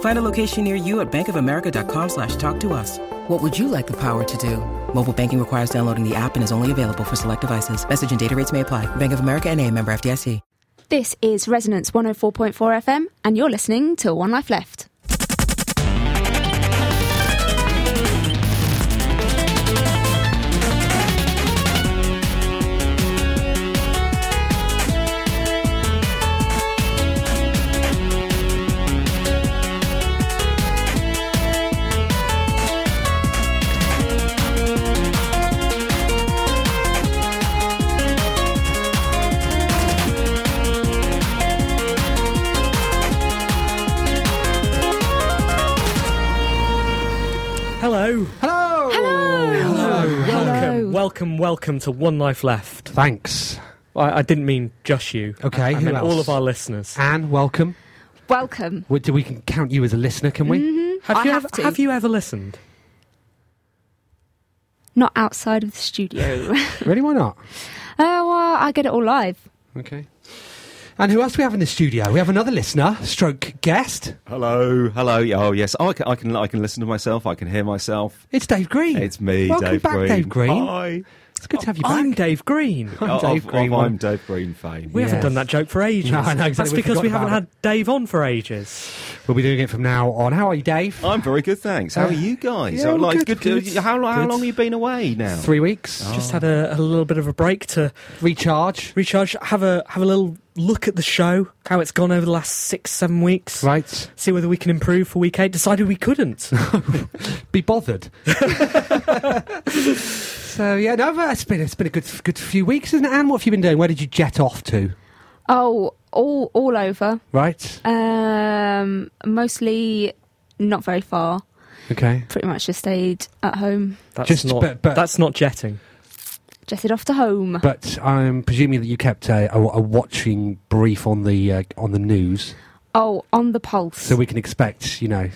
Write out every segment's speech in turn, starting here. Find a location near you at bankofamerica.com slash talk to us. What would you like the power to do? Mobile banking requires downloading the app and is only available for select devices. Message and data rates may apply. Bank of America and a member FDIC. This is Resonance 104.4 FM, and you're listening to One Life Left. Hello. Hello. Hello. Hello. Welcome. Welcome. Welcome to One Life Left. Thanks. I, I didn't mean just you. Okay, I, I who meant all else? of our listeners. Anne, welcome. Welcome. We, do- we can count you as a listener, can we? I you have ever, to. have you ever listened? Not outside of the studio. Oh, Really? Why not? well, I get it all live. Okay. And who else do we have in the studio? We have another listener, stroke guest. Hello, hello. yeah, Oh yes, I can, I can, I can listen to myself. I can hear myself. It's Dave Green. It's me, welcome Dave back, Green. Oh, Dave Green. Hi. It's good to have you I'm back. Dave Green. I'm Oh, Dave of- of Green. I'm Dave Green fame. We haven't Yes. done that joke for ages. No, I know exactly. That's We because we forgot haven't about had Dave on for ages. We'll be doing it from now on. How are you, Dave? I'm very good, thanks. How are you guys? yeah, Oh, we're like, good, good, to- how, how good. long have you been away now? Three weeks. Oh. Just had a, a little bit of a break to Recharge. recharge, have a have a little look at the show, how it's gone over the last six, seven weeks. Right. See whether we can improve for week eight. Decided we couldn't. Be bothered. so yeah, no, but it's been it's been a good good few weeks, isn't it? Anne, what have you been doing? Where did you jet off to? Oh, all all over. Right. Um, mostly not very far. Okay. Pretty much just stayed at home. That's Just- not. but- but- that's not jetting. Jetted off to home. But I'm presuming that you kept a, a, a watching brief on the uh, on the news, oh, on the pulse. so we can expect, you know,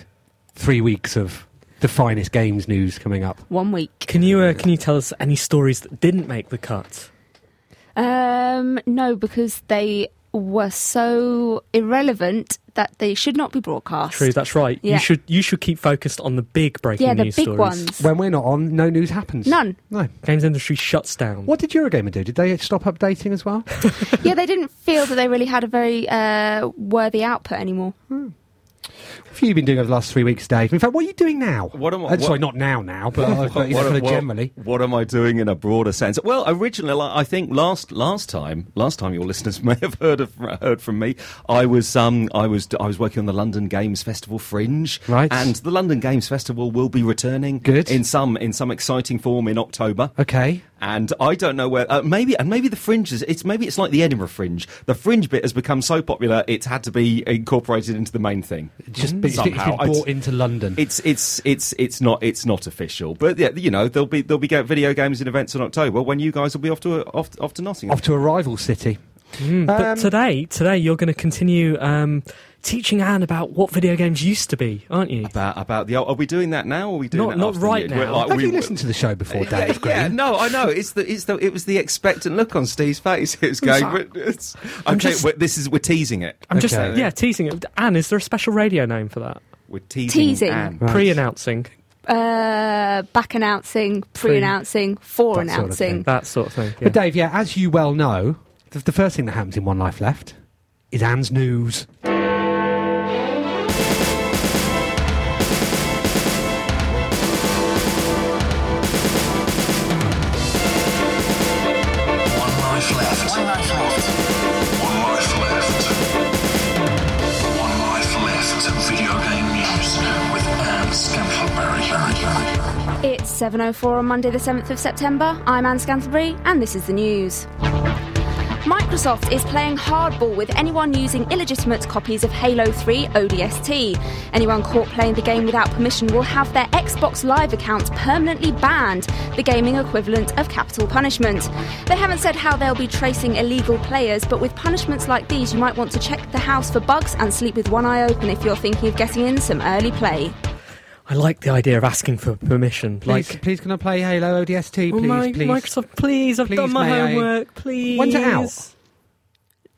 three weeks of the finest games news coming up. One week. Can you uh, can you tell us any stories that didn't make the cut? Um, no, because they were so irrelevant that they should not be broadcast. True, that's right. Yeah. You should you should keep focused on the big breaking Yeah, the big news stories. ones. When we're not on, no news happens. None. No. Games industry shuts down. What did Eurogamer do? Did they stop updating as well? yeah, they didn't feel that they really had a very uh, worthy output anymore. what have you been doing over the last three weeks, Dave? In fact, what are you doing now? What am I- Uh, Sorry, what- not now, now, but, uh, but you know, kind of generally. what am I doing in a broader sense? Well, originally, like, I think last last time, last time your listeners may have heard of, heard from me, I was um I was I was working on the London Games Festival Fringe, Right. And the London Games Festival will be returning, Good. in some in some exciting form in October. Okay. And I don't know where uh, maybe and maybe the fringe is it's maybe it's like the Edinburgh Fringe. The fringe bit has become so popular it's had to be incorporated into the main thing. Just be- it's been somehow I- brought into London. It's it's it's it's not it's not official, but yeah, you know there'll be there'll be ga- video games and events in October when you guys will be off to off, off to Nottingham. off to a rival city. but uh, Um, today, today you're going to continue um, teaching Anne about what video games used to be, aren't you? about about the old- are we doing that now? Or are we doing Not- that not after the right year? now. We're Have we- you listened to the show before, yeah, Dave Green? yeah, no, I know. It's the, it's the, it was the expectant look on Steve's face. It was going. sorry. "We're- It's, I'm okay, just- we're, this is we're teasing it. I'm just Okay. yeah teasing it. Anne, is there a special radio name for that? We're teasing. Teasing. Anne. Right. Pre-announcing Uh, back announcing, pre announcing, for That sort of announcing. that sort of thing. Yeah. But Dave, yeah, as you well know, the, the first thing that happens in One Life Left is Anne's news. One life left. It's 7.04 on Monday the 7th of September. I'm Anne Scantlebury and this is the news. Microsoft is playing hardball with anyone using illegitimate copies of Halo 3 ODST. Anyone caught playing the game without permission will have their Xbox Live account permanently banned, the gaming equivalent of capital punishment. They haven't said how they'll be tracing illegal players, but with punishments like these, you might want to check the house for bugs and sleep with one eye open if you're thinking of getting in some early play. I like the idea of asking for permission. Please, like, please, can I play Halo ODST, please, "Oh, my- please? Microsoft, please, I've Please, done my may I- homework, please. When's it out?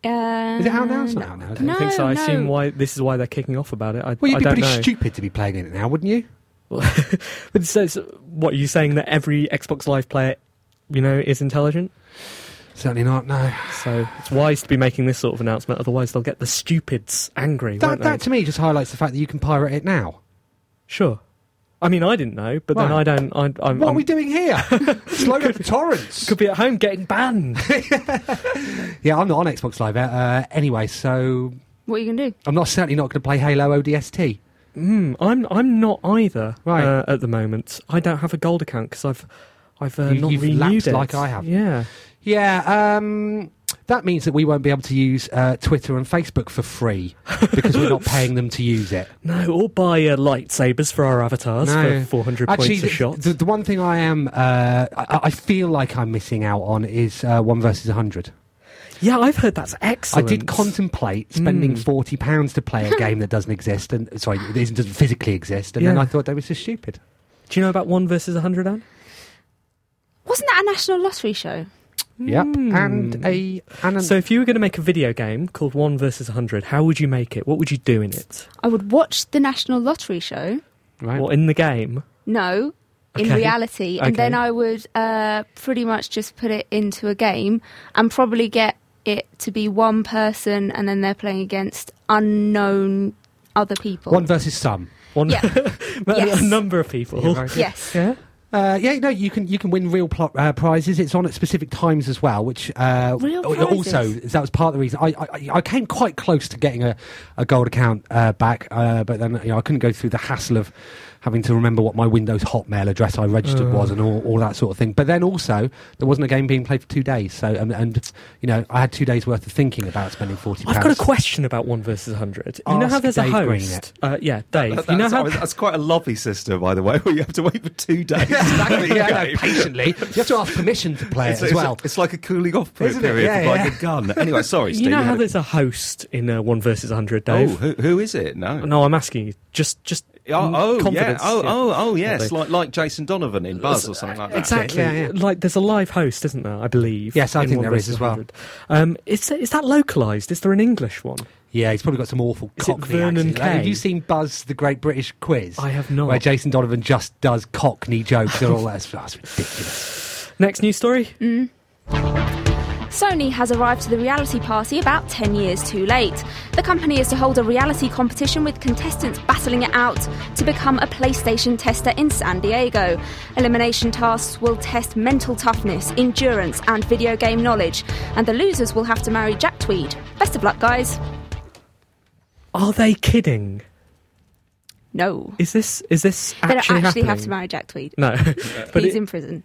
Uh, Is it out now? It's not out now. is it? I think so. I No, assume Oh, no. why this is why they're kicking off about it. I, Well, you'd I be don't pretty know. stupid to be playing it now, wouldn't you? But so, so what are you saying that every Xbox Live player, you know, is intelligent? Certainly not. No. So it's wise to be making this sort of announcement. Otherwise, they'll get the stupids angry. That, won't they? that to me just highlights the fact that you can pirate it now. Sure. I mean, I didn't know, but then Right. I don't. I, I'm, I'm, What are we doing here? it's load of torrents. Could be at home getting banned. Yeah, I'm not on Xbox Live uh, uh, anyway, so What are you going to do? I'm not certainly not going to play Halo ODST. mm, I'm. I'm not either. Right. Uh, at the moment, I don't have a gold account because I've. I've uh, You- not you've renewed lapsed it. like I have. Yeah. Yeah, um, that means that we won't be able to use uh, Twitter and Facebook for free because we're not paying them to use it. No, or buy uh, lightsabers for our avatars for 400 Actually, points a the, shot. The, the one thing I am, uh, I, I feel like I'm missing out on is uh, one versus a hundred. yeah, I've heard that's I excellent. did contemplate spending Mm. forty pounds to play a game that doesn't exist, and sorry, it isn't- doesn't physically exist. And then Yeah. I thought that was just stupid. Do you know about one versus a hundred, Anne? Wasn't that a National Lottery show? Yep, and a and an, Hmm. So, if you were going to make a video game called One versus a Hundred, how would you make it? What would you do in it? I would watch the National Lottery show. right. Well, in the game, No, in Okay. reality, and then Okay. I would uh, pretty much just put it into a game and probably get it to be one person, and then they're playing against unknown other people. one versus some. one Yeah. Yes. a number of people. Yeah, right. yes. Yeah? Uh, yeah, no, you can you can win real pl- uh, prizes. It's on at specific times as well, which uh, Real al- also prizes? that was part of the reason. I I, I came quite close to getting a, a gold account uh, back, uh, but then you know, I couldn't go through the hassle of having to remember what my Windows Hotmail address I registered was Uh. and all, all that sort of thing. But then also there wasn't a game being played for two days, so and, and you know I had two days worth of thinking about spending forty. I've got a question about one versus a hundred. You know how Ask there's Dave a Green host. Uh, yeah, Dave. That- you know that's, how that's quite a lobby system, by the way, where you have to wait for two days. to play the yeah, no, game. patiently. You have to ask permission to play It's, it as it's- well. it's like a cooling off period, Isn't it? Yeah, for like yeah. a gun. Anyway, sorry, Steve. you know had how a- there's a host in uh, one versus a hundred, Oh, Dave. who, who is it? No. No, I'm asking you. Just, just Oh, oh, yeah. confidence. oh, oh, oh, yes, Lovely. like like Jason Donovan in Buzz or something like that. Exactly. Yeah, yeah. Like there's a live host, isn't there? I believe. Yes, I in think one there is versus as well. 100. Um, is is that localized? Is there an English one? Yeah, he's probably got some awful Is it Cockney Vernon accent. Like, have Kay? you seen Buzz, the Great British Quiz? I have not. Where Jason Donovan just does Cockney jokes and all that. That's, that's ridiculous. Next news story. Sony has arrived to the reality party about 10 years too late. The company is to hold a reality competition with contestants battling it out to become a PlayStation tester in San Diego. Elimination tasks will test mental toughness, endurance, and video game knowledge, and the losers will have to marry Jack Tweed. Best of luck, guys. Are they kidding? No. Is this is this They actually don't actually happening? have to marry Jack Tweed. No, but He's it- in prison.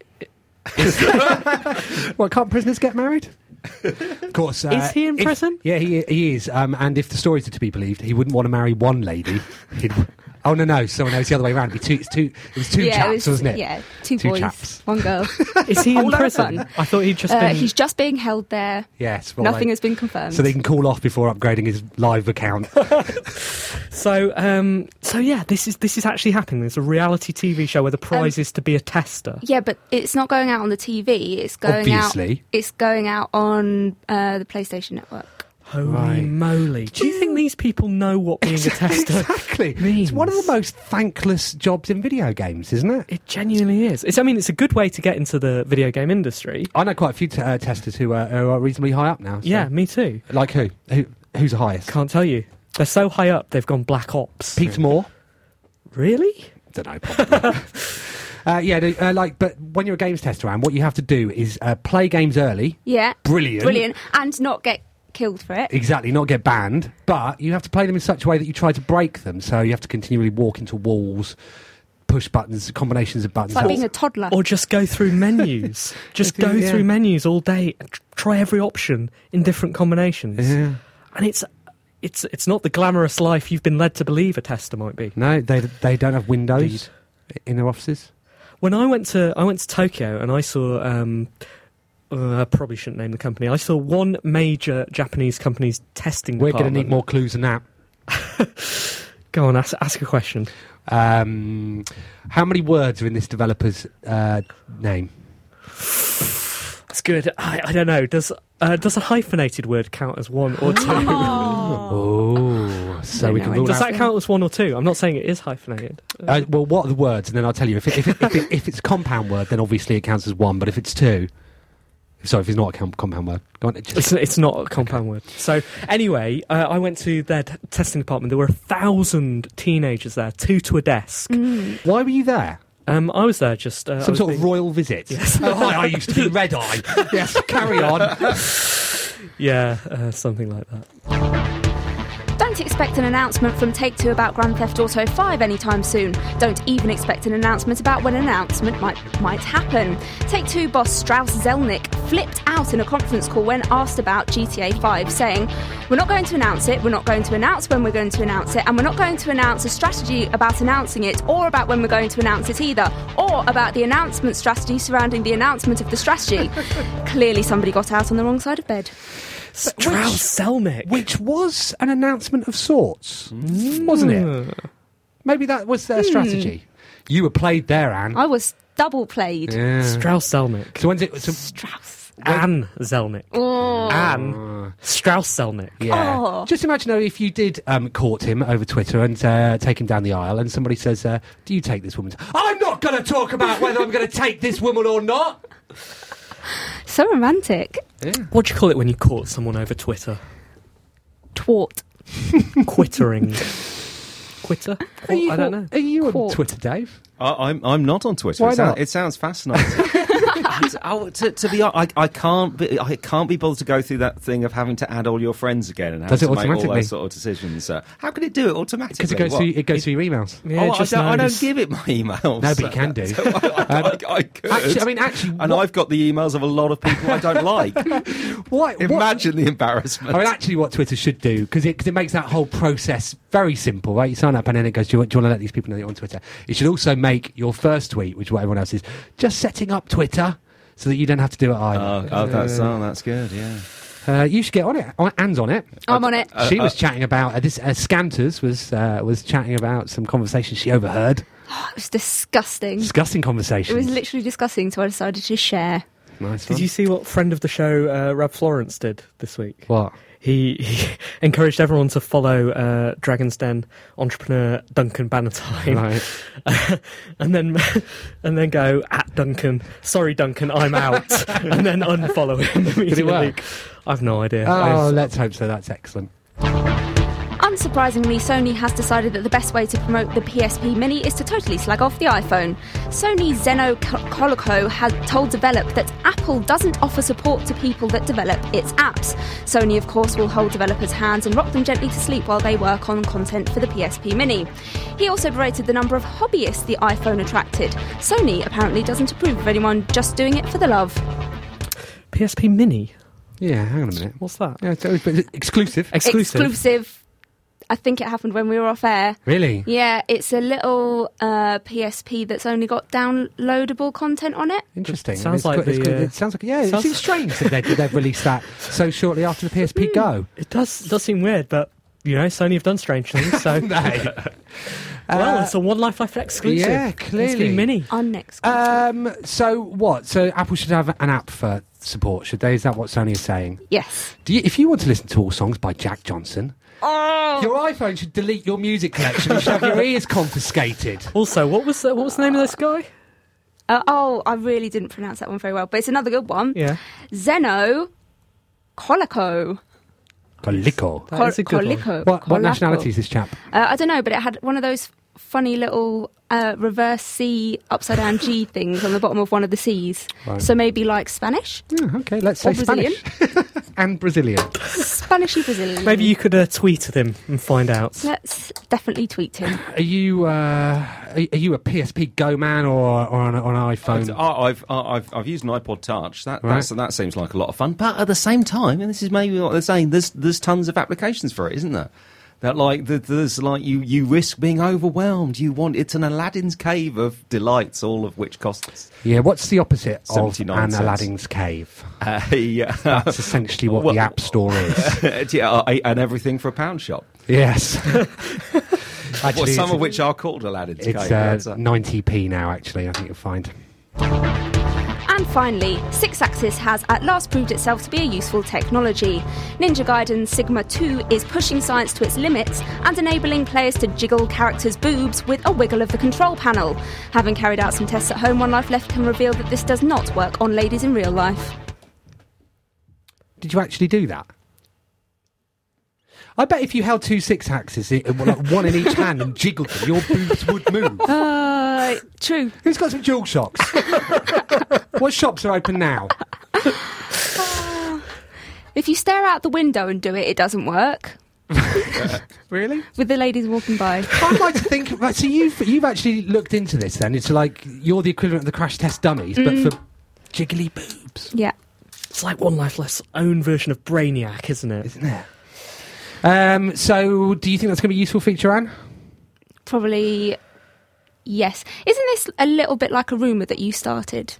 well, can't prisoners get married? of course. Uh, Is he in if- prison? Yeah, he, he is. Um, and if the stories are to be believed, he wouldn't want to marry one lady. He'd, oh, no, no. Someone else the other way around. It'd be two, it's two, it was two yeah, chaps, it was, wasn't it? Yeah, two, Two boys, chaps. one girl. is he A in lot of prison? fun. I thought he'd just uh, been. he's just being held there. Yes. well, Nothing they- has been confirmed. So they can call off before upgrading his live account. So um, so yeah, this is this is actually happening. There's a reality TV show where the Um, prize is to be a tester. Yeah, but it's not going out on the TV. It's going Obviously. out. It's going out on uh, the PlayStation Network. Holy Right. moly! Do you think these people know what being a tester? exactly. means. It's one of the most thankless jobs in video games, isn't it? It genuinely is. It's. I mean, it's a good way to get into the video game industry. I know quite a few t- uh, testers who are, who are reasonably high up now. so- Yeah, me too. Like who? who? Who's the highest? Can't tell you. They're so high up, they've gone black ops. Peter Moore? Really? Don't know. Probably. uh, yeah, no, uh, like, but when you're a games tester, Anne, what you have to do is uh, play games early. Yeah. Brilliant. Brilliant. And not get killed for it. Exactly, not get banned, but you have to play them in such a way that you try to break them. So you have to continually walk into walls, push buttons, combinations of buttons. It's like That's- being a toddler. Or just go through menus. just I go think, yeah. through menus all day. and tr- Try every option in different combinations. Yeah. And it's it's it's not the glamorous life you've been led to believe a tester might be. No, they they don't have windows in their offices. When I went to I went to Tokyo and I saw um, uh, I probably shouldn't name the company. I saw one major Japanese company's testing. We're going to need department. more clues than that. Go on, ask, ask a question. Um, how many words are in this developer's uh, name? That's good. I, I don't know. Does uh, does a hyphenated word count as one or two? Oh, so we No, can I rule Does out. that count as one or two? I'm not saying it is hyphenated. Uh, well, what are the words? And then I'll tell you. If, it, if, it, if, it, if it's a compound word, then obviously it counts as one. But if it's two, sorry, if it's not a com- compound word, go on. It's, Just, it's not a compound word. So anyway, uh, I went to their t- testing department. There were a thousand teenagers there, two to a desk. Mm. why were you there? Um, I was there just uh, I Some was sort being- of royal visit. oh, hi, I used to be red eye. yes, carry on. yeah, uh, something like that. Don't expect an announcement from Take Two about Grand Theft Auto 5 anytime soon. Don't even expect an announcement about when an announcement might might happen. Take Two boss Strauss Zelnick flipped out in a conference call when asked about GTA 5, saying, "We're not going to announce it. We're not going to announce when we're going to announce it, and we're not going to announce a strategy about announcing it, or about when we're going to announce it either, or about the announcement strategy surrounding the announcement of the strategy." Clearly, somebody got out on the wrong side of bed. Strauss Selmick. Which was an announcement of sorts, wasn't Mm. it? Maybe that was their strategy. You were played there, Anne. Hmm. I was double played. Yeah. Strauss Selmick. So when's it? So, Strauss. Anne Zelnick. Anne Strauss Selnick. yeah. Oh. Just imagine though, if you did um, court him over Twitter and uh, take him down the aisle, and somebody says, uh, "Do you take this woman?" I'm not going to talk about whether I'm going to take this woman or not. So romantic. What do you call it when you caught someone over Twitter? Twat. Quittering. Quitter? I don't know. Are you on Court. Twitter, Dave? I, I'm I'm not on Twitter. Why it, sounds, not? it sounds fascinating. It's- oh, to, to be honest, I, I can't be, I can't be bothered to go through that thing of having to add all your friends again and having Does it to make all automatically? those sort of decisions. Uh, how can it do it automatically? Because it goes What? to it goes to your emails. Yeah, oh, I, just don't, I knows. don't give it my emails. No, but you can do. Um, So I, I, I, I could. Actually, I mean, actually, and what- I've got the emails of a lot of people I don't like. Why? what- Imagine the embarrassment. I mean, actually, what Twitter should do, because it, 'cause it makes that whole process very simple, right? You sign up and then it goes, do you, want- do you want to let these people know you're on Twitter? It should also make your first tweet, which is what everyone else is, just setting up Twitter so that you don't have to do it Oh, either. oh, that's oh, that's good. Yeah. Uh, you should get on it. On, Anne's on it. I'm on it. she was chatting about, uh, this uh, Scanters was, uh, was chatting about some conversations she overheard. It was disgusting. Disgusting It conversations. was literally disgusting, so I decided to share. nice Did one. you see what friend of the show uh, Rob Florence did this week? What? He, he encouraged everyone to follow uh, Dragon's Den entrepreneur Duncan Bannatyne, Right. and then and then go at Duncan. Sorry, Duncan, I'm out, and then unfollow him immediately. work? I've no idea. Oh, I've- let's hope so. That's excellent. Unsurprisingly, Sony has decided that the best way to promote the PSP Mini is to totally slag off the iPhone. Sony Zeno Co- Colico has told Develop that Apple doesn't offer support to people that develop its apps. Sony, of course, will hold developers' hands and rock them gently to sleep while they work on content for the PSP Mini. He also berated the number of hobbyists the iPhone attracted. Sony apparently doesn't approve of anyone just doing it for the love. PSP Mini. Yeah, hang on a minute. What's that? Yeah, so it's it's exclusive. Exclusive. exclusive. I think it happened when we were off air. Really? Yeah, it's a little uh, PSP that's only got downloadable content on it. Interesting. Sounds It's like quite- it's the, quite- uh, it sounds like yeah. sounds- it seems strange that they've, they've released that so shortly after the PSP Go. It does does seem weird, but you know Sony have done strange things. So well, it's a One Life Left exclusive. yeah, PSP clearly. Mini. On next. Um, so what? So Apple should have an app for support, should they? Is that what Sony is saying? yes. Do you, if you want to listen to all songs by Jack Johnson, oh. your iPhone should delete your music collection. You should have your ears confiscated. Also, what was the, what was the name of this guy? Uh, oh, I really didn't pronounce that one very well, but it's another good one. Yeah, Zeno Colico. Colico. That is a good one. Colico. What, what Colico. nationality is this chap? Uh, I don't know, but it had one of those funny little uh, reverse C, upside down G things on the bottom of one of the C's. Right. So maybe like Spanish Yeah, Hmm, okay, let's or say Brazilian. Spanish. and Brazilian. Spanishy Brazilian. Maybe you could uh, tweet at him and find out. Let's definitely tweet him. Are you uh, are, are you a PSP Go man or or on, on an iPhone? I, I've, I- I've, I've used an iPod Touch. That, Um, Right. that's, that seems like a lot of fun. But at the same time, and this is maybe what they're saying, there's, there's tons of applications for it, isn't there? That like th- there's like you, you risk being overwhelmed. You want it's an Aladdin's cave of delights, all of which costs yeah, what's the opposite of 79 an cents. Aladdin's cave? a That's essentially what Well- the App Store is. yeah, a- and everything for a pound shop. yes. Well, Actually, some it's- of which are called Aladdin's cave. It's That's uh, a- 90p now, actually, I think you'll find. And finally, Six Axis has at last proved itself to be a useful technology. Ninja Gaiden Sigma 2 is pushing science to its limits and enabling players to jiggle characters' boobs with a wiggle of the control panel. Having carried out some tests at home, One Life Left can reveal that this does not work on ladies in real life. Did you actually do that? I bet if you held two six axes, it, well, like one in each hand, and jiggled them, your boobs would move. Uh, true. Who's got some jewel shocks? what shops are open now? If you stare out the window and do it, it doesn't work. Really? With the ladies walking by. I'd like to think. Right, so you've you've actually looked into this. Then it's like you're the equivalent of the crash test dummies, but for jiggly boobs, Yeah. It's like One Life Left's own version of Brainiac, isn't it? isn't it? Um, so, do you think that's going to be a useful feature, Anne? Probably. Yes. Isn't this a little bit like a rumour that you started?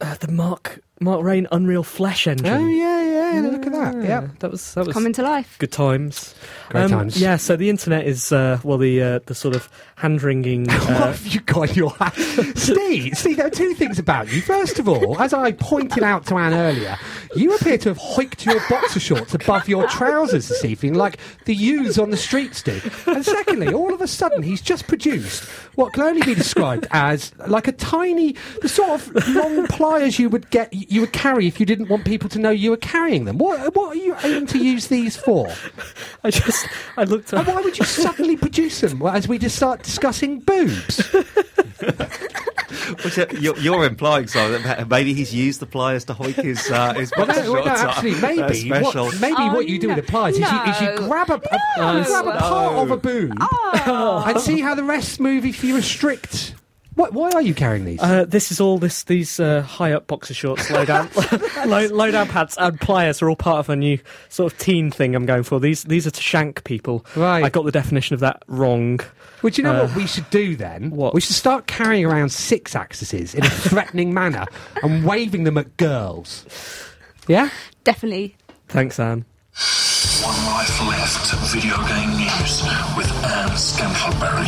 Uh, the Mark Mark Rain Unreal Flash engine. Oh, yeah, yeah. Look at that. Yeah, Yeah. that was that was Coming to life. good times. Um, Great times. Yeah, so the internet is uh, well the uh, the sort of hand wringing. What Uh, have you got in your hand? Steve, Steve, there are two things about you. First of all, as I pointed out to Anne earlier, you appear to have hiked your boxer shorts above your trousers this evening, like the youths on the streets do. And secondly, all of a sudden, he's just produced what can only be described as like a tiny, the sort of long pliers you would get, you would carry if you didn't want people to know you were carrying them. What, what are you aiming to use these for? I just I looked And up. why would you suddenly produce them as we just start discussing boobs? Which, uh, you're, you're implying so that ma- maybe he's used the pliers to hoik his uh, his Well, boxer no, well, no, shorts up. actually, Uh, maybe special. what, maybe Oh, what you do with no. the pliers is, you, is No. you grab a, a- you grab a Oh, part No. of a boob Oh. and see how the rest move if you restrict. What, why are you carrying these? Uh, this is all this these uh, high up boxer shorts, low down, low, low down pads, and pliers are all part of a new sort of teen thing I'm going for. These these are to shank people. Right. I got the definition of that wrong. Well, do you know uh, what we should do then? what? We should start carrying around six axes in a threatening manner and waving them at girls. Yeah? Definitely. Thanks, Anne. One Life Left Video Game News with Anne Scantleberry.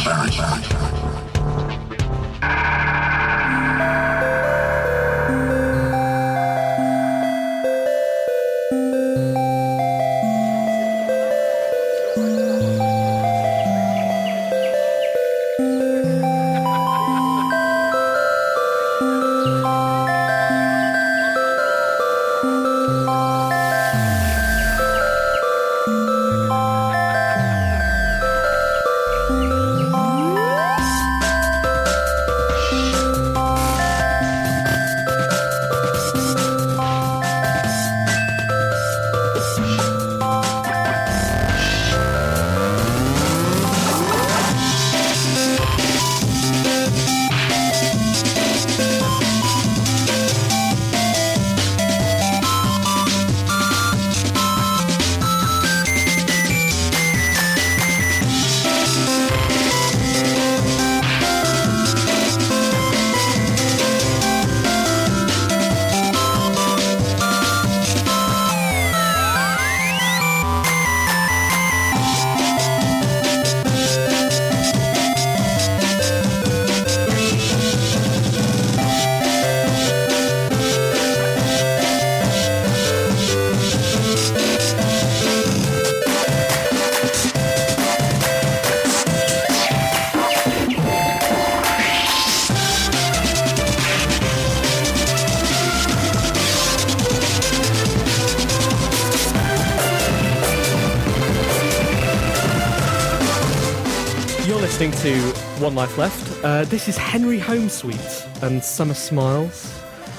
You're listening to One Life Left. Uh, this is Henry Home Sweet and Summer Smiles.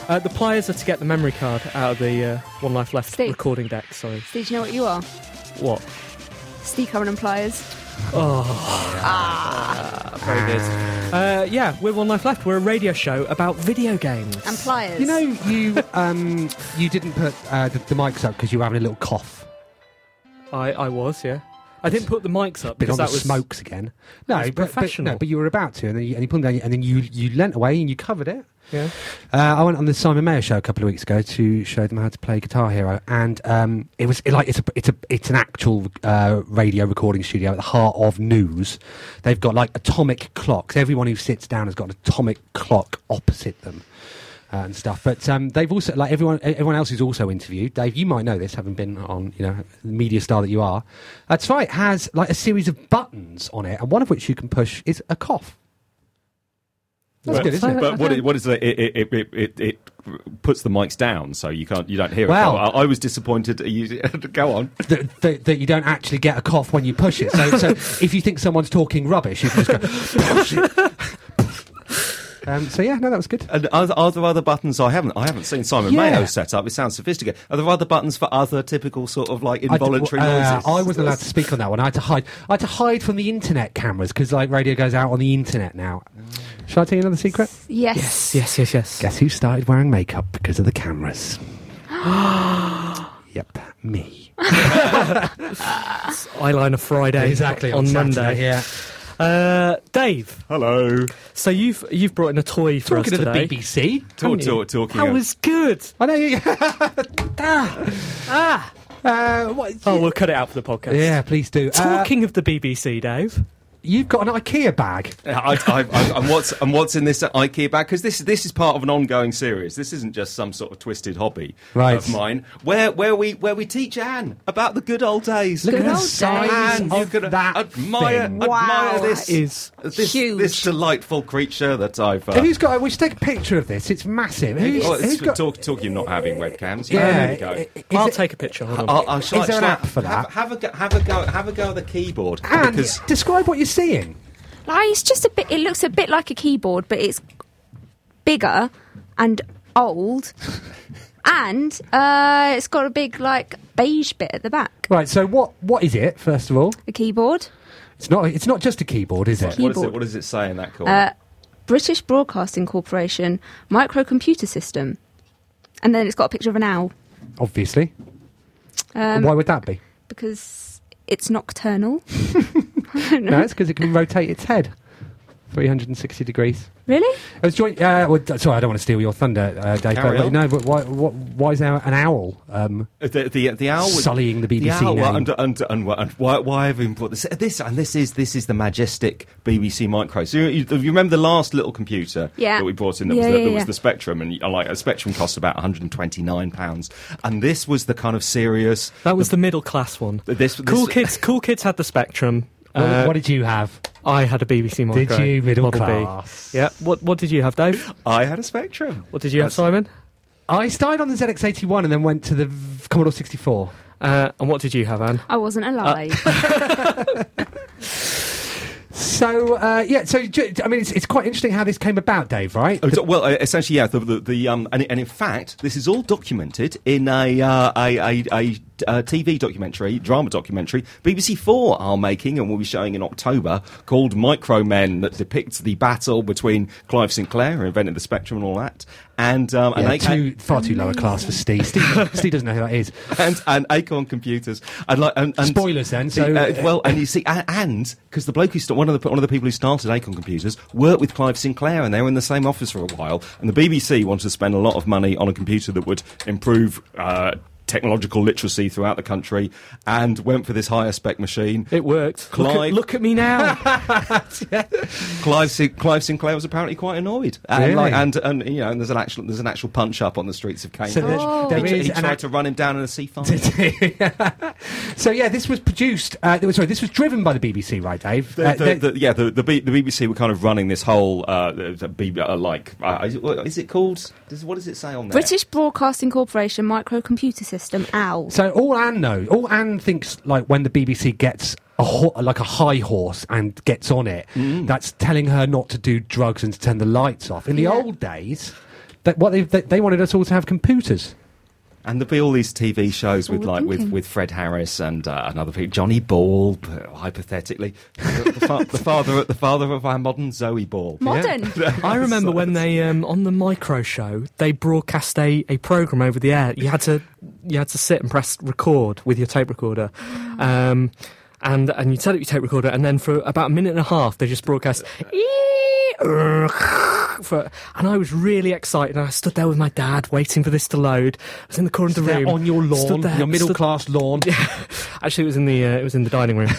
Uh, the pliers are to get the memory card out of the uh, One Life Left Steve. recording deck. Sorry, Steve, do you know what you are? what? Steve Curran and Pliers. Very good. Uh, yeah, we're One Life Left. We're a radio show about video games. And Pliers. You know, you um, you didn't put uh, the, the mics up because you were having a little cough. I, I was, yeah. I didn't put the mics up Been because on the that was smokes again. No, That's but, but- professional. no, but you were about to, and then you, and you put them down, and then you you lent away and you covered it. Yeah. Uh, I went on the Simon Mayer show a couple of weeks ago to show them how to play Guitar Hero, and um, it was it, like it's a, it's a it's an actual uh, radio recording studio at the heart of news. They've got like atomic clocks. Everyone who sits down has got an atomic clock opposite them. Uh, and stuff, but um, they've also like everyone. Everyone else who's also interviewed. Dave, you might know this, having been on, you know, the media star that you are. That's right. Has like a series of buttons on it, and one of which you can push is a cough. That's But- good, isn't it? But what is, what is the, it, it, it, it, it puts the mics down, so you can't you don't hear Well- it. I, I was disappointed. You, go on. that, that, that you don't actually get a cough when you push it. So, so if you think someone's talking rubbish, you can just go. um, so yeah, no, that was good. And are, there- are there other buttons? I haven't I haven't seen Simon Yeah. Mayo's set up. It sounds sophisticated. Are there other buttons for other typical sort of like involuntary I, d- uh, noises? I wasn't allowed to speak on that one. I had to hide. I had to hide from the internet cameras because like radio goes out on the internet now. Shall I tell you another secret? Yes. Yes, yes, yes. Guess who started wearing makeup because of the cameras? yep, me. Eyeliner Friday. on, Monday. Yeah. Uh, Dave, Hello. so you've you've brought in a toy for Talking us to the today. BBC. Talk, haven't you? talk, talking. That was good. I know you. ah, ah. Uh, what, Oh, we'll cut it out for the podcast. Yeah, please do. Uh, Talking of the BBC, Dave. you've got an IKEA bag. I, I, I, and what's and what's in this IKEA bag? Because this this is part of an ongoing series. This isn't just some sort of twisted hobby Right. of mine. Where where we where we teach Anne about the good old days. Look Good at the old size Anne, you of can that admire thing. admire this That is this, huge. this delightful creature that I've. Uh, Have you got? We should take a picture of this. It's massive. Who's, oh, it's who's for got? talk talking of not having webcams. Yeah, there you go. i- i- is I'll it- take a picture. Hold on. I'll- I'll- shall I- is there an shall I- app for have- that? Have, a go, have a go. Have a go at the keyboard Anne, because describe what you're seeing. Like, it's just a bit, it looks a bit like a keyboard, but it's bigger and old. and uh, it's got a big, like, beige bit at the back. Right. So what? What is it? First of all, A keyboard. it's not. It's not just a keyboard, is it? what is it? keyboard. What does it say in that corner? Uh, British Broadcasting Corporation microcomputer system. And then it's got a picture of an owl Obviously. Why would that be? because it's nocturnal. No, it's because it can rotate its head 360 degrees. Really? I was joined. Uh, well, d- sorry, I don't want to steal your thunder, uh, Dave. Carry but, on. No, but why, why? Why is there an owl? Um, Uh, The, the, the owl was- Sullying the BBC owl, name. And, and, and, and why, why have we even brought this? Uh, This and this is this is the majestic BBC Micro. So you, you, you remember the last little computer Yeah. that we brought in? That Yeah, was the, yeah, that was yeah. the Spectrum, and uh, like a Spectrum cost about 129 pounds. And this was the kind of serious. that was the middle class one. This, Cool this- kids. Cool kids had the Spectrum. what- Uh, what did you have? I had a BBC Did Micro. you middle Model B. class? Yeah. What What did you have, Dave? I had a Spectrum. What did you have, Simon? That's- I started on the ZX81 and then went to the v- Commodore 64. Uh, and what did you have, Anne? I wasn't alive. So uh, yeah, so ju- I mean, it's, it's quite interesting how this came about, Dave. Right? Oh, so- well, uh, essentially, yeah. The, the, the um, and, and in fact, this is all documented in a uh, a, a, a, uh TV documentary, drama documentary. BBC Four are making and will be showing in October called Micro Men that depicts the battle between Clive Sinclair, who invented the spectrum and all that, and um, and yeah, they- too, far too lower class for Steve. Steve, Steve doesn't know who that is. and, and Acorn computers and like and, and Spoilers then, so- Uh, well, and you see, a- and because the bloke who sta- one of the one of the people who started Acorn computers worked with Clive Sinclair, and they were in the same office for a while. And the BBC wanted to spend a lot of money on a computer that would improve. Uh, Technological literacy throughout the country, and went for this higher spec machine. It worked. Look at, Clive. look at me now. Clive, Sin- Clive Sinclair was apparently quite annoyed, and, Really? like, and and you know, and there's an actual there's an actual punch up on the streets of Cambridge. So there- Oh. there he, he is an tried to run him down in a C5. so yeah, this was produced. Uh, th- sorry, this was driven by the BBC, right, Dave? The, Uh, the, they- the- yeah, the, the, B, the BBC were kind of running this whole uh, the, the B, uh, like uh, is, it, what is it called? Does, what does it say on there? British Broadcasting Corporation microcomputer system, owl. so all Anne knows, all Anne thinks, like when the BBC gets. A ho- like a high horse and gets on it. That's telling her not to do drugs and to turn the lights off. In the Yeah. old days, That what they, they they wanted us all to have computers. And there'll be all these TV shows what with we're like with, thinking. with Fred Harris and, uh, and other people, Johnny Ball, uh, hypothetically, the, the, fa- the father the father of our modern Zoe Ball. Modern. I remember when they um, on the micro show they broadcast a, a program over the air. You had to you had to sit and press record with your tape recorder, Mm. um, and and you set up your tape recorder, and then for about a minute and a half they just broadcast. For, and I was really excited. And I stood there with my dad, waiting for this to load. I was in the corner of the They're room, on your lawn, stood there- your middle stood- class lawn. Actually, it was in the uh, it was in the dining room.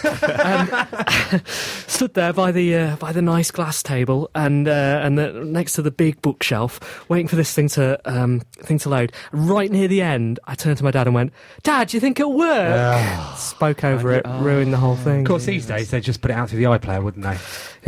um, stood there by the uh, by the nice glass table and uh, and the, next to the big bookshelf, waiting for this thing to um, thing to load. Right near the end, I turned to my dad and went, "Dad, do you think it'll work?" Spoke over it, ruined the whole thing. Of course, these days they just put it out through the iPlayer, wouldn't they?